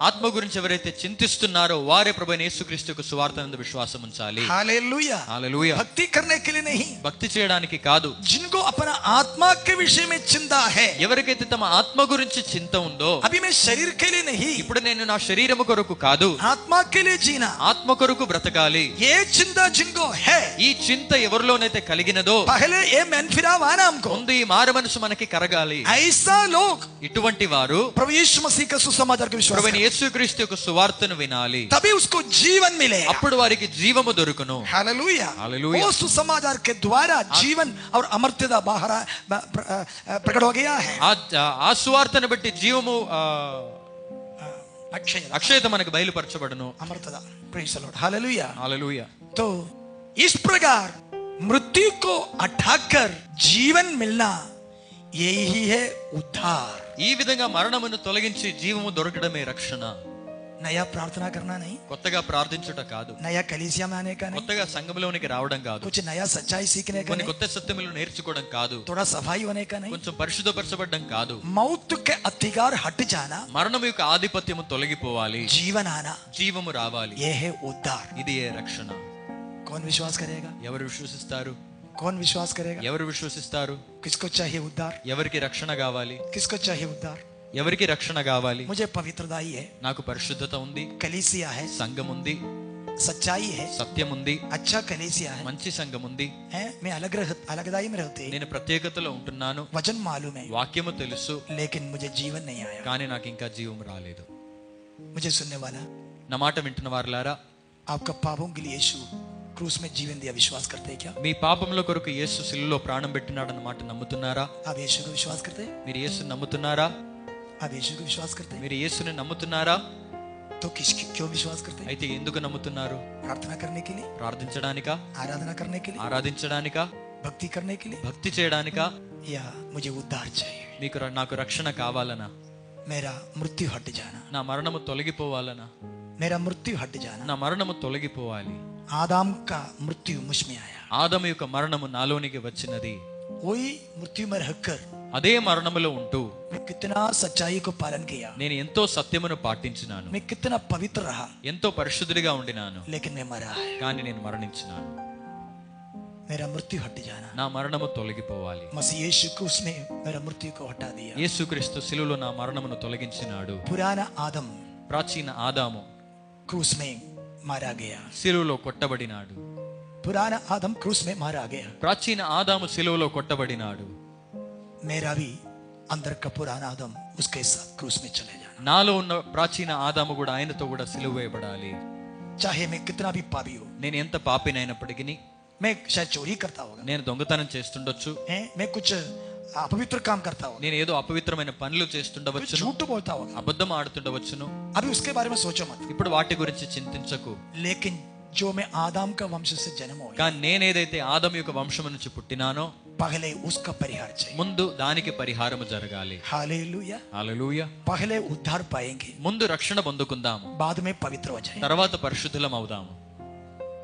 ఆత్మ గురించి ఎవరైతే చింతిస్తున్నారో వారే ప్రభు యేసుక్రీస్తుకు సువార్త నందు విశ్వాసం ఉంచాలి
हालेलुया
హల్లెలూయా
भक्ति करने के लिए नहीं
భక్తి చేయడానికి కాదు
जिनको अपना आत्मा के विषय में चिंता है
ఎవరికైతే తమ ఆత్మ గురించి చింత ఉందో
अभी मैं शरीर के लिए नहीं
ఇప్పుడు నేను నా శరీరము కొరకు కాదు
आत्मा के लिए जीना
ఆత్మ కొరకు బ్రతకాలి
ये चिंता जिनको है
ఈ చింత ఎవరిలోనైతే కలిగినదో
पहले ये मन फिराव आना हमको
ముందు ఈ మారు మనసు మనకి కరగాలి
ऐसा लोग
ఇటువంటి వారు
प्रभु यीशु मसीह का सुसमाचार का विश्वास
ప్రభుని
करें।
యేసుక్రీస్తు యొక్క సువార్తను వినాలి
तभी उसको जीवन मिले
అప్పుడు వారికి జీవము దొరుకును
हालेलुया
हालेलुया।
वो सुसमाचार के द्वारा जीवन और अमर्त्यता बाहर आ- ब- प्र- अ- प्रकट हो गया है
ఆ ఆ సువార్తను బట్టి జీవము ఆ,
अक्षय
అక్షయత మనకు బయలుపరచబడును
अमर्त्यता praise the Lord hallelujah
hallelujah
तो इस प्रकार मृत्यु को हटाकर जीवन मिलना यही है उद्धार
ఈ విధంగా మరణమును తొలగించి జీవము దొరకడమే రక్షణ
नया प्रार्थना करना नहीं
కొత్తగా ప్రార్థించుట కాదు
नया कलीसिया में आने का नहीं
కొత్తగా సంఘములోనికి రావడం కాదు
कुछ नया सच्चाई सीखने का
కొన్ని
नहीं
కొత్త సత్యములు నేర్చుకోవడం కాదు
थोड़ा सफाई होने का नहीं
కొంచెం పరిశుద్ధపరచబడడం కాదు
मौत के अधिकार हट जाना
మరణం యొక్క ఆధిపత్యము తొలగిపోవాలి
जीवन आना
జీవము రావాలి
यह है उद्धार
ఇది ఏ రక్షణ
कौन विश्वास करेगा
ఎవరు విశ్వసిస్తారు
कौन विश्वास करेगा
ఎవరు విశ్వసిస్తారు
किसको चाहिए उद्धार
ఎవరికి రక్షణ కావాలి
किसको चाहिए उद्धार
ఎవరికి రక్షణ కావాలి
मुझे पवित्रताई है
నాకు పరిశుద్ధత ఉంది
कलीसिया है
సంఘం ఉంది
सच्चाई है
సత్యం ఉంది
अच्छा कलीसिया है,
మంచి సంఘం ఉంది
हैं? मैं अलग रह, अलगदाई में रहते
నేను ప్రత్యేకతలో ఉంటున్నాను
वचन मालूम है
వాక్యము తెలుసు
लेकिन मुझे जीवन नहीं आया
కానీ నాకు ఇంకా జీవం రాలేదు
मुझे सुनने वाला
నా మాట विंटन వారులారా
आपका पापों के लिए यीशु क्रूस में जीवन दिया विश्वास करते हैं क्या
మీ పాపముల కొరకు యేసు సిలువలో ప్రాణం పెట్టినాడన్న మాట నమ్ముతున్నారా
आप यीशु को विश्वास करते हैं
మీరు యేసుని నమ్ముతున్నారా
आप यीशु को विश्वास करते हैं
మీరు యేసుని నమ్ముతున్నారా
तो किस क्यों विश्वास करते हैं
అయితే ఎందుకు నమ్ముతున్నారు
प्रार्थना करने के लिए
ప్రార్థించడానికా
आराधना करने के लिए
ఆరాధించడానికా
भक्ति करने के लिए
భక్తి చేయడానికా
या मुझे उद्धार चाहिए
మీకు ర- నాకు రక్షణ కావాలనా
मेरा मृत्यु हट जाना
నా మరణము తొలగిపోవాలనా
मेरा मृत्यु हट जाना
నా మరణము తొలగిపోవాలి
आदाम का मृत्यु मुझ में आया
ఆదము యొక్క మరణము నాలోనికి వచ్చినది
वही मृत्यु में रहकर
అదే మరణములో ఉంటూ
मैं कितना सच्चाई को पालन किया
నేను ఎంతో సత్యమును పాటించినాను
मैं कितना पवित्र रहा
ఎంతో పరిశుద్ధుడిగా ఉండినాను
लेकिन मैं मरा है
కానీ నేను మరణించినాను
मेरा मृत्यु हट जाना
నా मरणము తొలగిపోవాలి
मसीह यीशु को उसने मेरा मृत्यु को हटा दिया
యేసుక్రీస్తు శిలువలో నా మరణమును తొలగించినాడు
पुराना आदम
ప్రాచీన ఆదాము
क्रूस में मारा गया
శిలువలో కొట్టబడినాడు
पुराना आदम क्रूस में मारा गया
ప్రాచీన ఆదాము శిలువలో కొట్టబడినాడు
मेरा भी अंदर का पुराना आदम उसके साथ क्रूस में चले जाना
నాలో ఉన్న ప్రాచీన ఆదాము కూడా ఆయనతో కూడా సిలువ వేయబడాలి
चाहे मैं कितना भी पापी हो
నేను ఎంత పాపినైనప్పటికీ
मैं शायद चोरी करता होगा
నేను దొంగతనం చేస్తుండొచ్చు
हैं? मैं कुछ अपवित्र काम करता होगा
నేను ఏదో అపవిత్రమైన పనులు
मैं
చేస్తుండవచ్చును
झूठ बोलता होगा
అబద్ధం ఆడుతుండవచ్చును
अभी उसके बारे में सोचो मत
ఇప్పుడు వాటి గురించి చింతించకు
लेकिन जो मैं आदम का वंश से जन्म हो गया
కానీ నేనేదైతే ఆదం యొక్క వంశం నుంచి పుట్టినానో
पहले उसका परिहार चाहिए
ముందు దానికి పరిహారము జరగాలి
हालेलुया
హల్లెలూయా
पहले उद्धार पाएंगे
ముందు రక్షణ పొందుకుందాము
बाद में पवित्र हो जाएंगे
తర్వాత పరిశుద్ధులం అవుదాము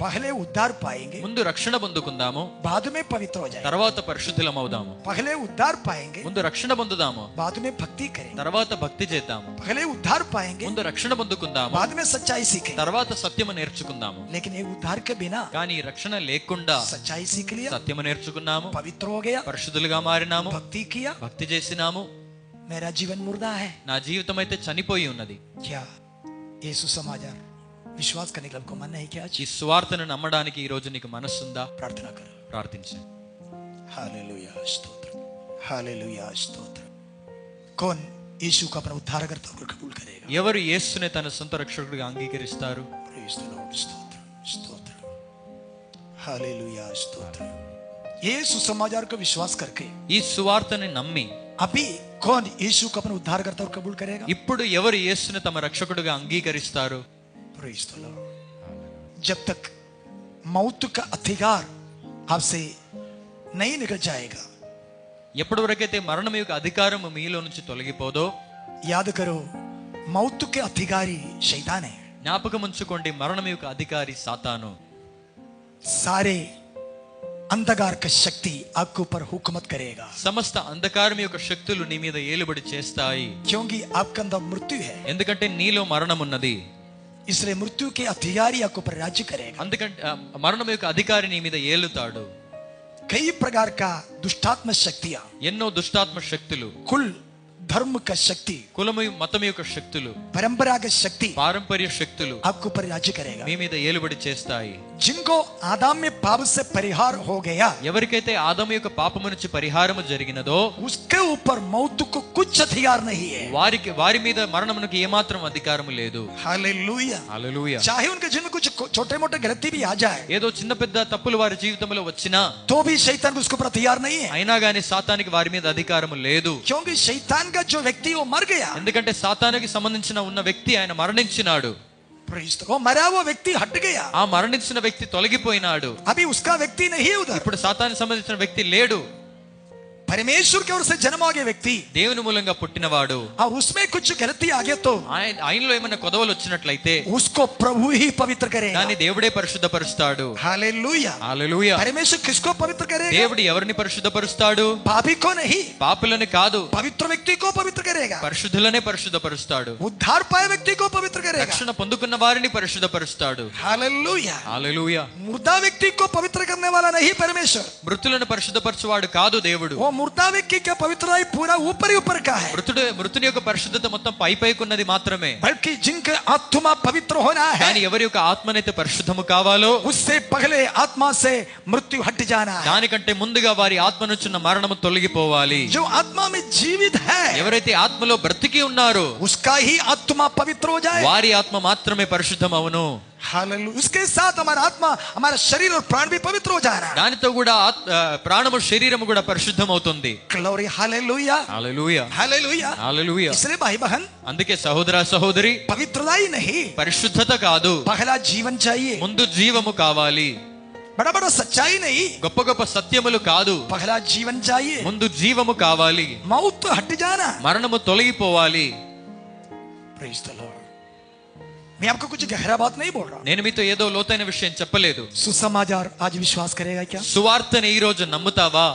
पहले उद्धार पाएंगे
ముందు రక్షణ పొందుకుందాము
बाद में पवित्र हो जाएंगे
తర్వాత పరిశుద్ధులం అవుదాము
पहले उद्धार पाएंगे
ముందు రక్షణ పొందుదాము
बाद में भक्ति करेंगे
తర్వాత భక్తి చేద్దాము
पहले उद्धार पाएंगे
ముందు రక్షణ పొందుకుందాము
बाद में सच्चाई सीखेंगे
తర్వాత సత్యము నేర్చుకుందాము
लेकिन ये उद्धार के बिना
కానీ రక్షణ లేకుండా
सच्चाई सीख लिया
సత్యము నేర్చుకున్నాము
पवित्र हो गया
పరిశుద్ధులుగా మారినాము
भक्ति किया
భక్తి చేసినాము
मेरा जीवन मुर्दा है
నా జీవితం అయితే చనిపోయి ఉన్నది
क्या ये सुसमाचार विश्वास करने के लिए आपको मन नहीं क्या आज?
ఈ సువార్తను నమ్మడానికి ఈ రోజు నీకు మనస్సుందా
प्रार्थना करो
ప్రార్థించండి
हालेलुया स्तोत्र हालेलुया स्तोत्र कौन यीशु का अपना उद्धार करता होकर कबूल करेगा
ఎవరు యేసునే తన సొంత రక్షకుడిగా అంగీకరిస్తారు
Praise the Lord. స్తోత్రం, స్తోత్రం. Hallelujah, స్తోత్రం. ये सुसमाचार को विश्वास करके
ఈ సువార్తని నమ్మి
अभी कौन यीशु को अपना उद्धार करता और कबूल करेगा
ఇప్పుడు ఎవరు యేసుని తమ రక్షకుడిగా అంగీకరిస్తారు
Praise the Lord. जब तक मौत का अधिकार आपसे नहीं निकल जाएगा
ఎప్పటి వరకైతే మరణం యొక్క అధికారం మీలో నుంచి తొలగిపోదో
याद करो मौत के अधिकारी शैतान है
జ్ఞాపకం ఉంచుకోండి మరణం యొక్క అధికారి సాతాను
सारे अंधकार का शक्ति आपके ऊपर हुकूमत करेगा
సమస్త అంధకారం యొక్క శక్తులు నీ మీద ఏలుబడి చేస్తాయి
क्योंकि आपका अंदर मृत्यु है
ఎందుకంటే నీలో మరణం ఉన్నది
इसलिए मृत्यु के अधिकारी आपके ऊपर राज्य करेगा
అందుకంటే ఆ, మరణం యొక్క అధికారి నీ మీద ఏలుతాడు
कई प्रकार का दुष्टात्म शक्तियां
ఎన్నో దుష్టాత్మ శక్తులు
कुल धर्म का शक्ति
కులము మతం యొక్క శక్తులు
परंपरागत शक्ति
పారంపర్య శక్తులు
आपके ऊपर राज्य करेगा
మీ మీద ఏలుబడి చేస్తాయి
जिनको आदाम में पाप से परिहार हो गया
ఎవరికైతే ఆదము యొక్క పాపము నుంచి పరిహారము జరిగినదో
उसके ऊपर मौत को कुछ हथियार नहीं है
వారికి వారి మీద మరణమునకు ఏమాత్రం అధికారము లేదు
हालेलुया
హల్లెలూయా
चाहे उनके जीवन में कुछ छोटे मोटे गलती भी आ जाए
ఏదో చిన్న పెద్ద తప్పులు వారి జీవితంలో వచ్చినా
तो भी शैतान को उसके ऊपर हथियार नहीं है
అయినా గాని సాతానికి వారి మీద అధికారము లేదు
क्योंकि शैतान का जो व्यक्ति है, वो मर गया
ఎందుకంటే సాతానికి సంబంధించిన ఉన్న వ్యక్తి ఆయన మరణించినాడు
Praise the Lord. मरा वो व्यक्ति हट गया
ఆ మరణించిన వ్యక్తి తొలగిపోయినాడు
अभी उसका व्यक्ति नहीं है उधर
ఇప్పుడు సాతానికి సంబంధించిన వ్యక్తి లేడు
परमेश्वर की ओर से जन्म आ गया व्यक्ति
దేవుని మూలంగా పుట్టినవాడు
और उसमें कुछ गलती आ गया तो
ఆయన ఆయనలో ఏమైనా కొదవలు వచ్చినట్లయితే
उसको प्रभु ही पवित्र करेगा
దాన్ని దేవుడే పరిశుద్ధపరుస్తాడు
हालेलुया
హల్లెలూయా
परमेश्वर किसको पवित्र करेगा
దేవుడు ఎవరిని పరిశుద్ధపరుస్తాడు
पापी को नहीं
పాపులని కాదు
पवित्र व्यक्ति को पवित्र करेगा
పరిశుద్ధులనే పరిశుద్ధపరుస్తాడు
उद्धार पाए व्यक्ति को पवित्र करेगा
రక్షణ పొందుకున్న వారిని పరిశుద్ధపరుస్తాడు
हालेलुया
హల్లెలూయా
मुर्दा व्यक्ति को पवित्र करने वाला नहीं परमेश्वर
మృతులను పరిశుద్ధపరచువాడు కాదు దేవుడు
वो मुर्दा व्यक्ति का पवित्रता पूरा ऊपर ही ऊपर का है
మృతుడు మృతుని యొక్క పరిశుద్ధత మొత్తం పై పైకున్నది మాత్రమే
बल्कि जिनके आत्मा पवित्र होना है
కానీ ఎవరి యొక్క ఆత్మనైతే పరిశుద్ధము కావాలో
उससे पहले आत्मा से मृत्यु हट जाना है
దానికంటే ముందుగా వారి ఆత్మ నుంచిన మరణము తొలగిపోవాలి
जो आत्मा में जीवित है
ఎవరైతే ఆత్మలో బ్రతికి ఉన్నారో
उसका ही आत्मा पवित्र हो जाए
వారి ఆత్మ మాత్రమే పరిశుద్ధం అవును
हालेलुया उसके साथ हमारा आत्मा हमारा शरीर और प्राण भी पवित्र हो जा रहा है
దానితో కూడా ఆత్- ఆ, ప్రాణము శరీరము కూడా పరిశుద్ధం అవుతుంది
glory hallelujah
hallelujah
hallelujah
hallelujah
इसलिए भाई बहन
అందుకే సహోదర సహోదరి
पवित्रता ही नहीं
పరిశుద్ధత కాదు
पहला जीवन चाहिए
ముందు జీవము కావాలి
बड़ा बड़ा सच्चाई नहीं
గొప్ప గొప్ప సత్యములు కాదు
पहला जीवन चाहिए
ముందు జీవము కావాలి
मौत तो हट जाना
మరణము తొలగిపోవాలి
Praise the Lord. मैं आपको कुछ गहरा बात नहीं बोल रहा
నేను మీతో ఏదో లోతైన విషయం చెప్పలేదు
सुसमाचार आज विश्वास करेगा क्या
సువార్తని ఈ రోజు నమ్ముతావా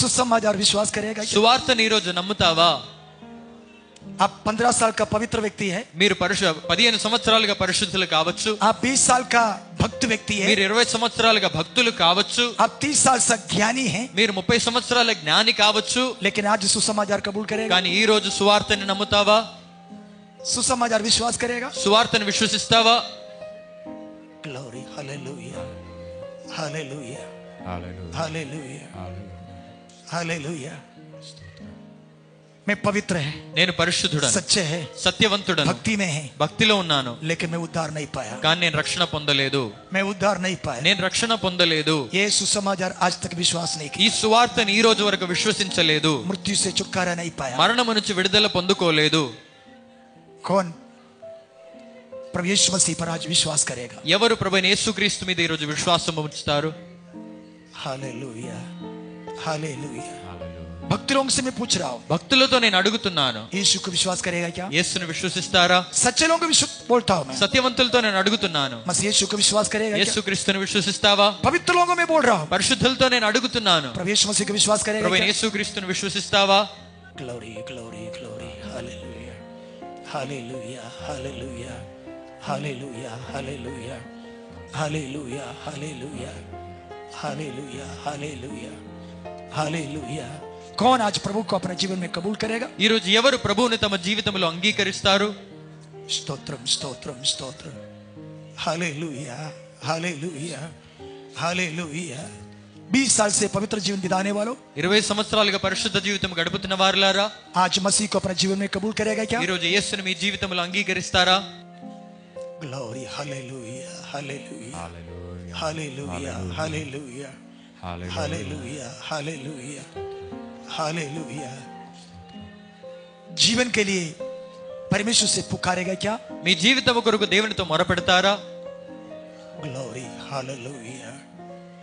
सुसमाचार विश्वास करेगा क्या
సువార్తని ఈ రోజు నమ్ముతావా
आप पंद्रह साल का पवित्र व्यक्ति है
మీరు పరిశు పదిహేను సంవత్సరాలుగా పరిశుద్ధులు కావచ్చు
आप बीस साल का भक्त व्यक्ति है
మీరు ఇరవై సంవత్సరాలుగా భక్తులు కావచ్చు
आप तीस साल से ज्ञानी है
మీరు ముప్పై సంవత్సరాల జ్ఞాని కావచ్చు
लेकिन आज सुसमाचार कबूल करेगा
కానీ ఈ రోజు సువార్తని నమ్ముతావా
सुसमाचार विश्वास करेगा
సువార్తను విశ్వసిస్తావా
glory hallelujah hallelujah hallelujah hallelujah मैं पवित्र है
నేను పరిశుద్ధుడను
सच्चे है
సత్యవంతుడను
भक्ति में है
భక్తిలో ఉన్నాను
लेकिन मैं उद्धार नहीं पाया
కానీ నేను రక్షణ పొందలేదు
मैं उद्धार नहीं पाया
నేను రక్షణ పొందలేదు
ये सुसमाचार आज तक विश्वास नहीं किया
ఈ సువార్తను ఈ రోజు వరకు విశ్వసించలేదు
मृत्यु से छुटकारा नहीं पाया
మరణము నుంచి విడుదల పొందుకోలేదు
कौन प्रभु यीशु मसीह पर आज विश्वास करेगा
ఎవరు ప్రభు యేసుక్రీస్తు మీద ఈ రోజు విశ్వాసం ఉంచుతారు
हालेलुया हालेलुया भक्ति लोगों से मैं पूछ रहा हूँ
భక్తులతో నేను అడుగుతున్నాను
यीशु को विश्वास करेगा क्या
యేసును విశ్వసిస్తారా
सच्चे लोगों को विश्व बोलता हूँ मैं
సత్యవంతులతో నేను అడుగుతున్నాను
बस यीशु को विश्वास करेगा क्या
యేసుక్రీస్తును విశ్వసిస్తావా
पवित्र लोगों में बोल रहा हूँ
పరిశుద్ధులతో నేను అడుగుతున్నాను
प्रभु यीशु मसीह को विश्वास करेगा
ప్రభు
क्या?
యేసుక్రీస్తును విశ్వసిస్తావా
Glory, glory, glory. Hallelujah. Hallelujah. Hallelujah. Hallelujah. Hallelujah. Hallelujah. Hallelujah. Hallelujah. Hallelujah. Hallelujah. कौन आज प्रभु को अपने जीवन में कबूल करेगा
ఈ రోజు ఎవరు ప్రభువుని తమ జీవితంలో అంగీకరిస్తారు
స్తోత్రం స్తోత్రం స్తోత్రం हालेलुया हालेलुया हालेलुया 20 साल से पवित्र जीवन बिताने वालों
ఇరవై సంవత్సరాలుగా పరిశుద్ధ జీవితం గడుపుతున్న వారులారా
आज मसीह को अपने जीवन में कबूल करेगा क्या
ఈ రోజు యేసును మీ జీవితంలో అంగీకరిస్తారా
Glory, hallelujah, hallelujah, hallelujah, hallelujah, hallelujah, hallelujah, hallelujah. जीवन के लिए परमेश्वर से पुकारेगा क्या
మీ జీవితం కొరకు దేవునితో మొరపెడతారా
ग्लोरी हालेलुया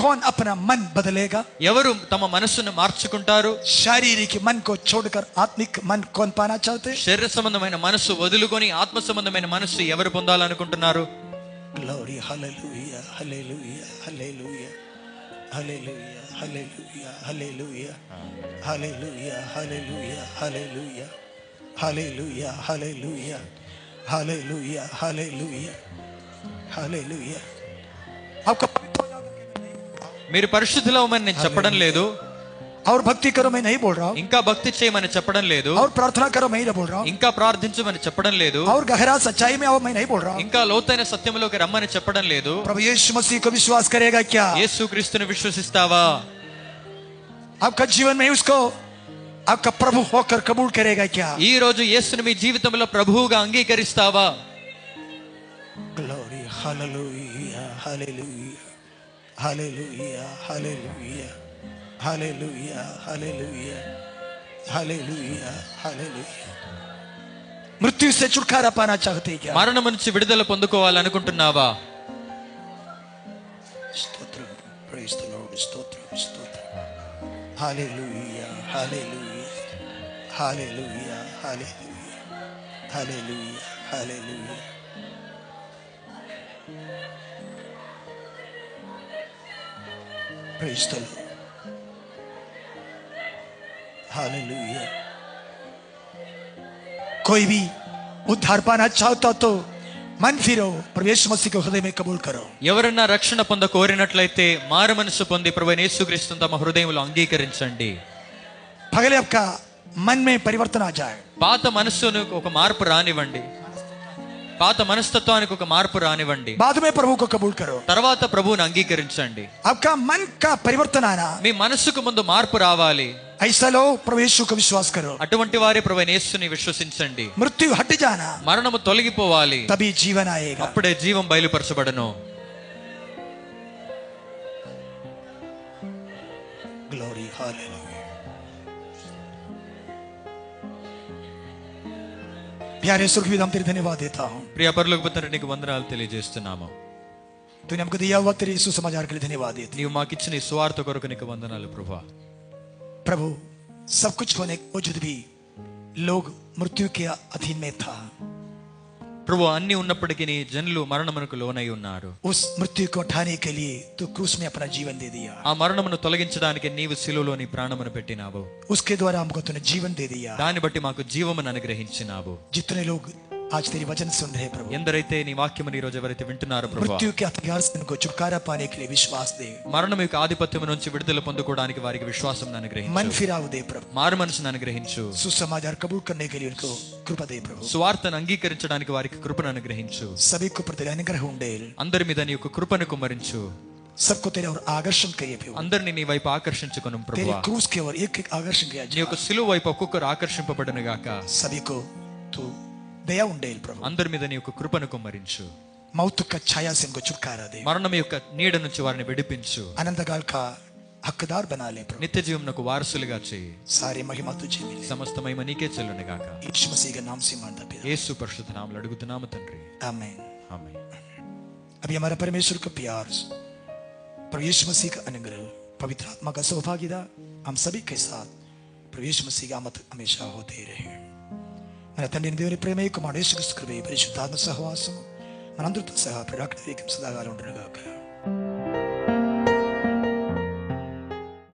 कौन अपना मन बदलेगा
ఎవరు తమ మనస్సును మార్చుకుంటారు
शारीरिक मन को छोड़कर आत्मिक मन कौन पाना चाहते
శరీర సంబంధమైన మనస్సు వదులుకొని ఆత్మ సంబంధమైన మనస్సు ఎవరు పొందాలనుకుంటున్నారు
Glory. Hallelujah. Hallelujah. Hallelujah. Hallelujah. Hallelujah. Hallelujah. Hallelujah. Hallelujah. Hallelujah. Hallelujah. Hallelujah. Hallelujah. Hallelujah. Hallelujah. आपका पवित्र हो जाओ करके मैं नहीं बोल रहा
మీరు పరిశుద్ధులవమని నేను చెప్పడం లేదు
हूं। और भक्ति करो मैं नहीं बोल रहा हूँ
ఇంకా భక్తి చేయమని చెప్పడం లేదు
और प्रार्थना करो मैं नहीं बोल रहा हूँ
ఇంకా ప్రార్థించమని చెప్పడం లేదు
और गहरा सच्चाई में आओ मैं नहीं बोल रहा हूँ
ఇంకా లోతైన సత్యంలోకి రమ్మని చెప్పడం లేదు
प्रभु यीशु मसीह को विश्वास करेगा क्या
యేసు క్రీస్తుని విశ్వసిస్తావా
आपका जीवन में उसको आपका प्रभु होकर कबूल करेगा क्या
ఈ రోజు యేసుని మీ జీవితంలో ప్రభువుగా అంగీకరిస్తావా
Glory, hallelujah, hallelujah, hallelujah, hallelujah, hallelujah, hallelujah, hallelujah, hallelujah. मृत्यु से छुटकारा पाना चाहते हैं क्या
మరణం నుంచి విడుదల పొందుకోవాలనుకుంటున్నావా
स्तोत्र praise the Lord, स्तोत्र स्तोत्र hallelujah, hallelujah, hallelujah, hallelujah, hallelujah, hallelujah. Praise the Lord. Hallelujah. कोई भी उद्धार पाना चाहता तो मन फिरो प्रवेश मसीह को हृदय में कबूल करो
ఎవరన్నా రక్షణ పొంద కోరినట్లయితే మారు మనసు పొంది ప్రభు యేసుక్రీస్తుని తమ హృదయంలో అంగీకరించండి
पहले आपका मन में परिवर्तन आ जाए
పాత మనస్సును ఒక మార్పు రానివ్వండి పాత మనస్తత్వానికి ఒక మార్పు రానివ్వండి
बाद में प्रभु को कबूल करो
తర్వాత ప్రభువుని అంగీకరించండి
आपका मन का परिवर्तन आना
మీ మనస్సుకు ముందు మార్పు రావాలి
ऐसा लो प्रभु यीशु को विश्वास करो
అటువంటి వారి ప్రభు యేసుని విశ్వసించండి
मृत्यु हट जाना
మరణము తొలగిపోవాలి
तभी जीवन आएगा
అప్పుడే జీవం బయలుపరచబడను
ग्लोरी हालेलुया प्यारे सुरखी हम तेरे धन्यवाद देता हूँ
ప్రియ పరలోక పుత్రుడు, నీకు వందనాలు తెలియజేస్తున్నాము
तूने हमको दिया हुआ तेरे सुसमाचार के लिए धन्यवाद देते
నీవు మాకిచ్చిన ఈ స్వార్థ కొరకు నీకు వందనాలు ప్రభా
हैं। प्रभु सब कुछ होने के बावजूद भी लोग मृत्यु के अधीन में था
ప్రభు అన్ని ఉన్నప్పటికీ నీ జనులు మరణమునకు లోనై ఉన్నారు
उस मृत्यु को उठाने के लिए तू क्रूस में अपना जीवन दे दिया
ఆ మరణమును తొలగించడానికి నీవు శిలువలో నీ ప్రాణమును పెట్టినావు
उसके द्वारा हमको तूने जीवन दे दिया
దాన్ని బట్టి మాకు జీవమును అనుగ్రహించినావు
जितने लोग आज तेरी वचन सुन रहे हैं प्रभु
ఎందరైతే నీ వాక్యముని ఈ రోజు ఎవరైతే వింటున్నారో ప్రభు
मृत्यु के हथियार से उनको छुटकारा पाने के लिए विश्वास दे
మరణం యొక్క ఆధిపత్యం నుంచి విడుదల పొందుకోవడానికి వారికి విశ్వాసం అనుగ్రహించు
मन फिराव दे प्रभु
మారు మనసును అనుగ్రహించు
सुसमाचार कबूल करने के लिए उनको कृपा दे प्रभु
స్వార్థను అంగీకరించడానికి వారికి కృపను అనుగ్రహించు
सभी को प्रति अनुग्रह उंडे
అందరి మీద నీ యొక్క కృపను కుమ్మరించు
सबको तेरे और आकर्षण करिए प्रभु
అందరిని నీ వైపు ఆకర్షించుకును ప్రభు
तेरे क्रूस के और एक एक आकर्षण किया
నీ
जाए
యొక్క సిలువ వైపు ఒక్కొక్కరు ఆకర్షింపబడను గాక
सभी को तू दया उंडेल प्रभु
అందరి మీద నీ యొక్క కృపను కుమ్మరించు
मौत का छाया से उनको छुटकारा दे
మరణం యొక్క నీడ నుంచి వారిని విడిపించు
अनंत काल का हकदार बना ले प्रभु
నిత్య జీవమునకు వారసులుగా చేయి
सारी महिमा तुझे मिले
సమస్తమేమ నీకే చెల్లును గాక
यीशु मसीह के नाम से मानता पिता
యేసు పరిశుద్ధ నామములో అడుగుతున్నాము తండ్రి
आमेन
ఆమె
अभी हमारा परमेश्वर का प्यार प्रभु यीशु मसीह का अनुग्रह पवित्र आत्मा का सौभाग्यता हम सभी के साथ प्रभु यीशु मसीह का मत हमेशा होते रहे మన తండ్రి దేవుని ప్రేమ కుమారుడు యేసుక్రీస్తు కృపే పరిశుద్ధాత్మ సహవాసం మనందరితో సహా ప్రడాక్టర్ సదాకాలం ఉండరుగాక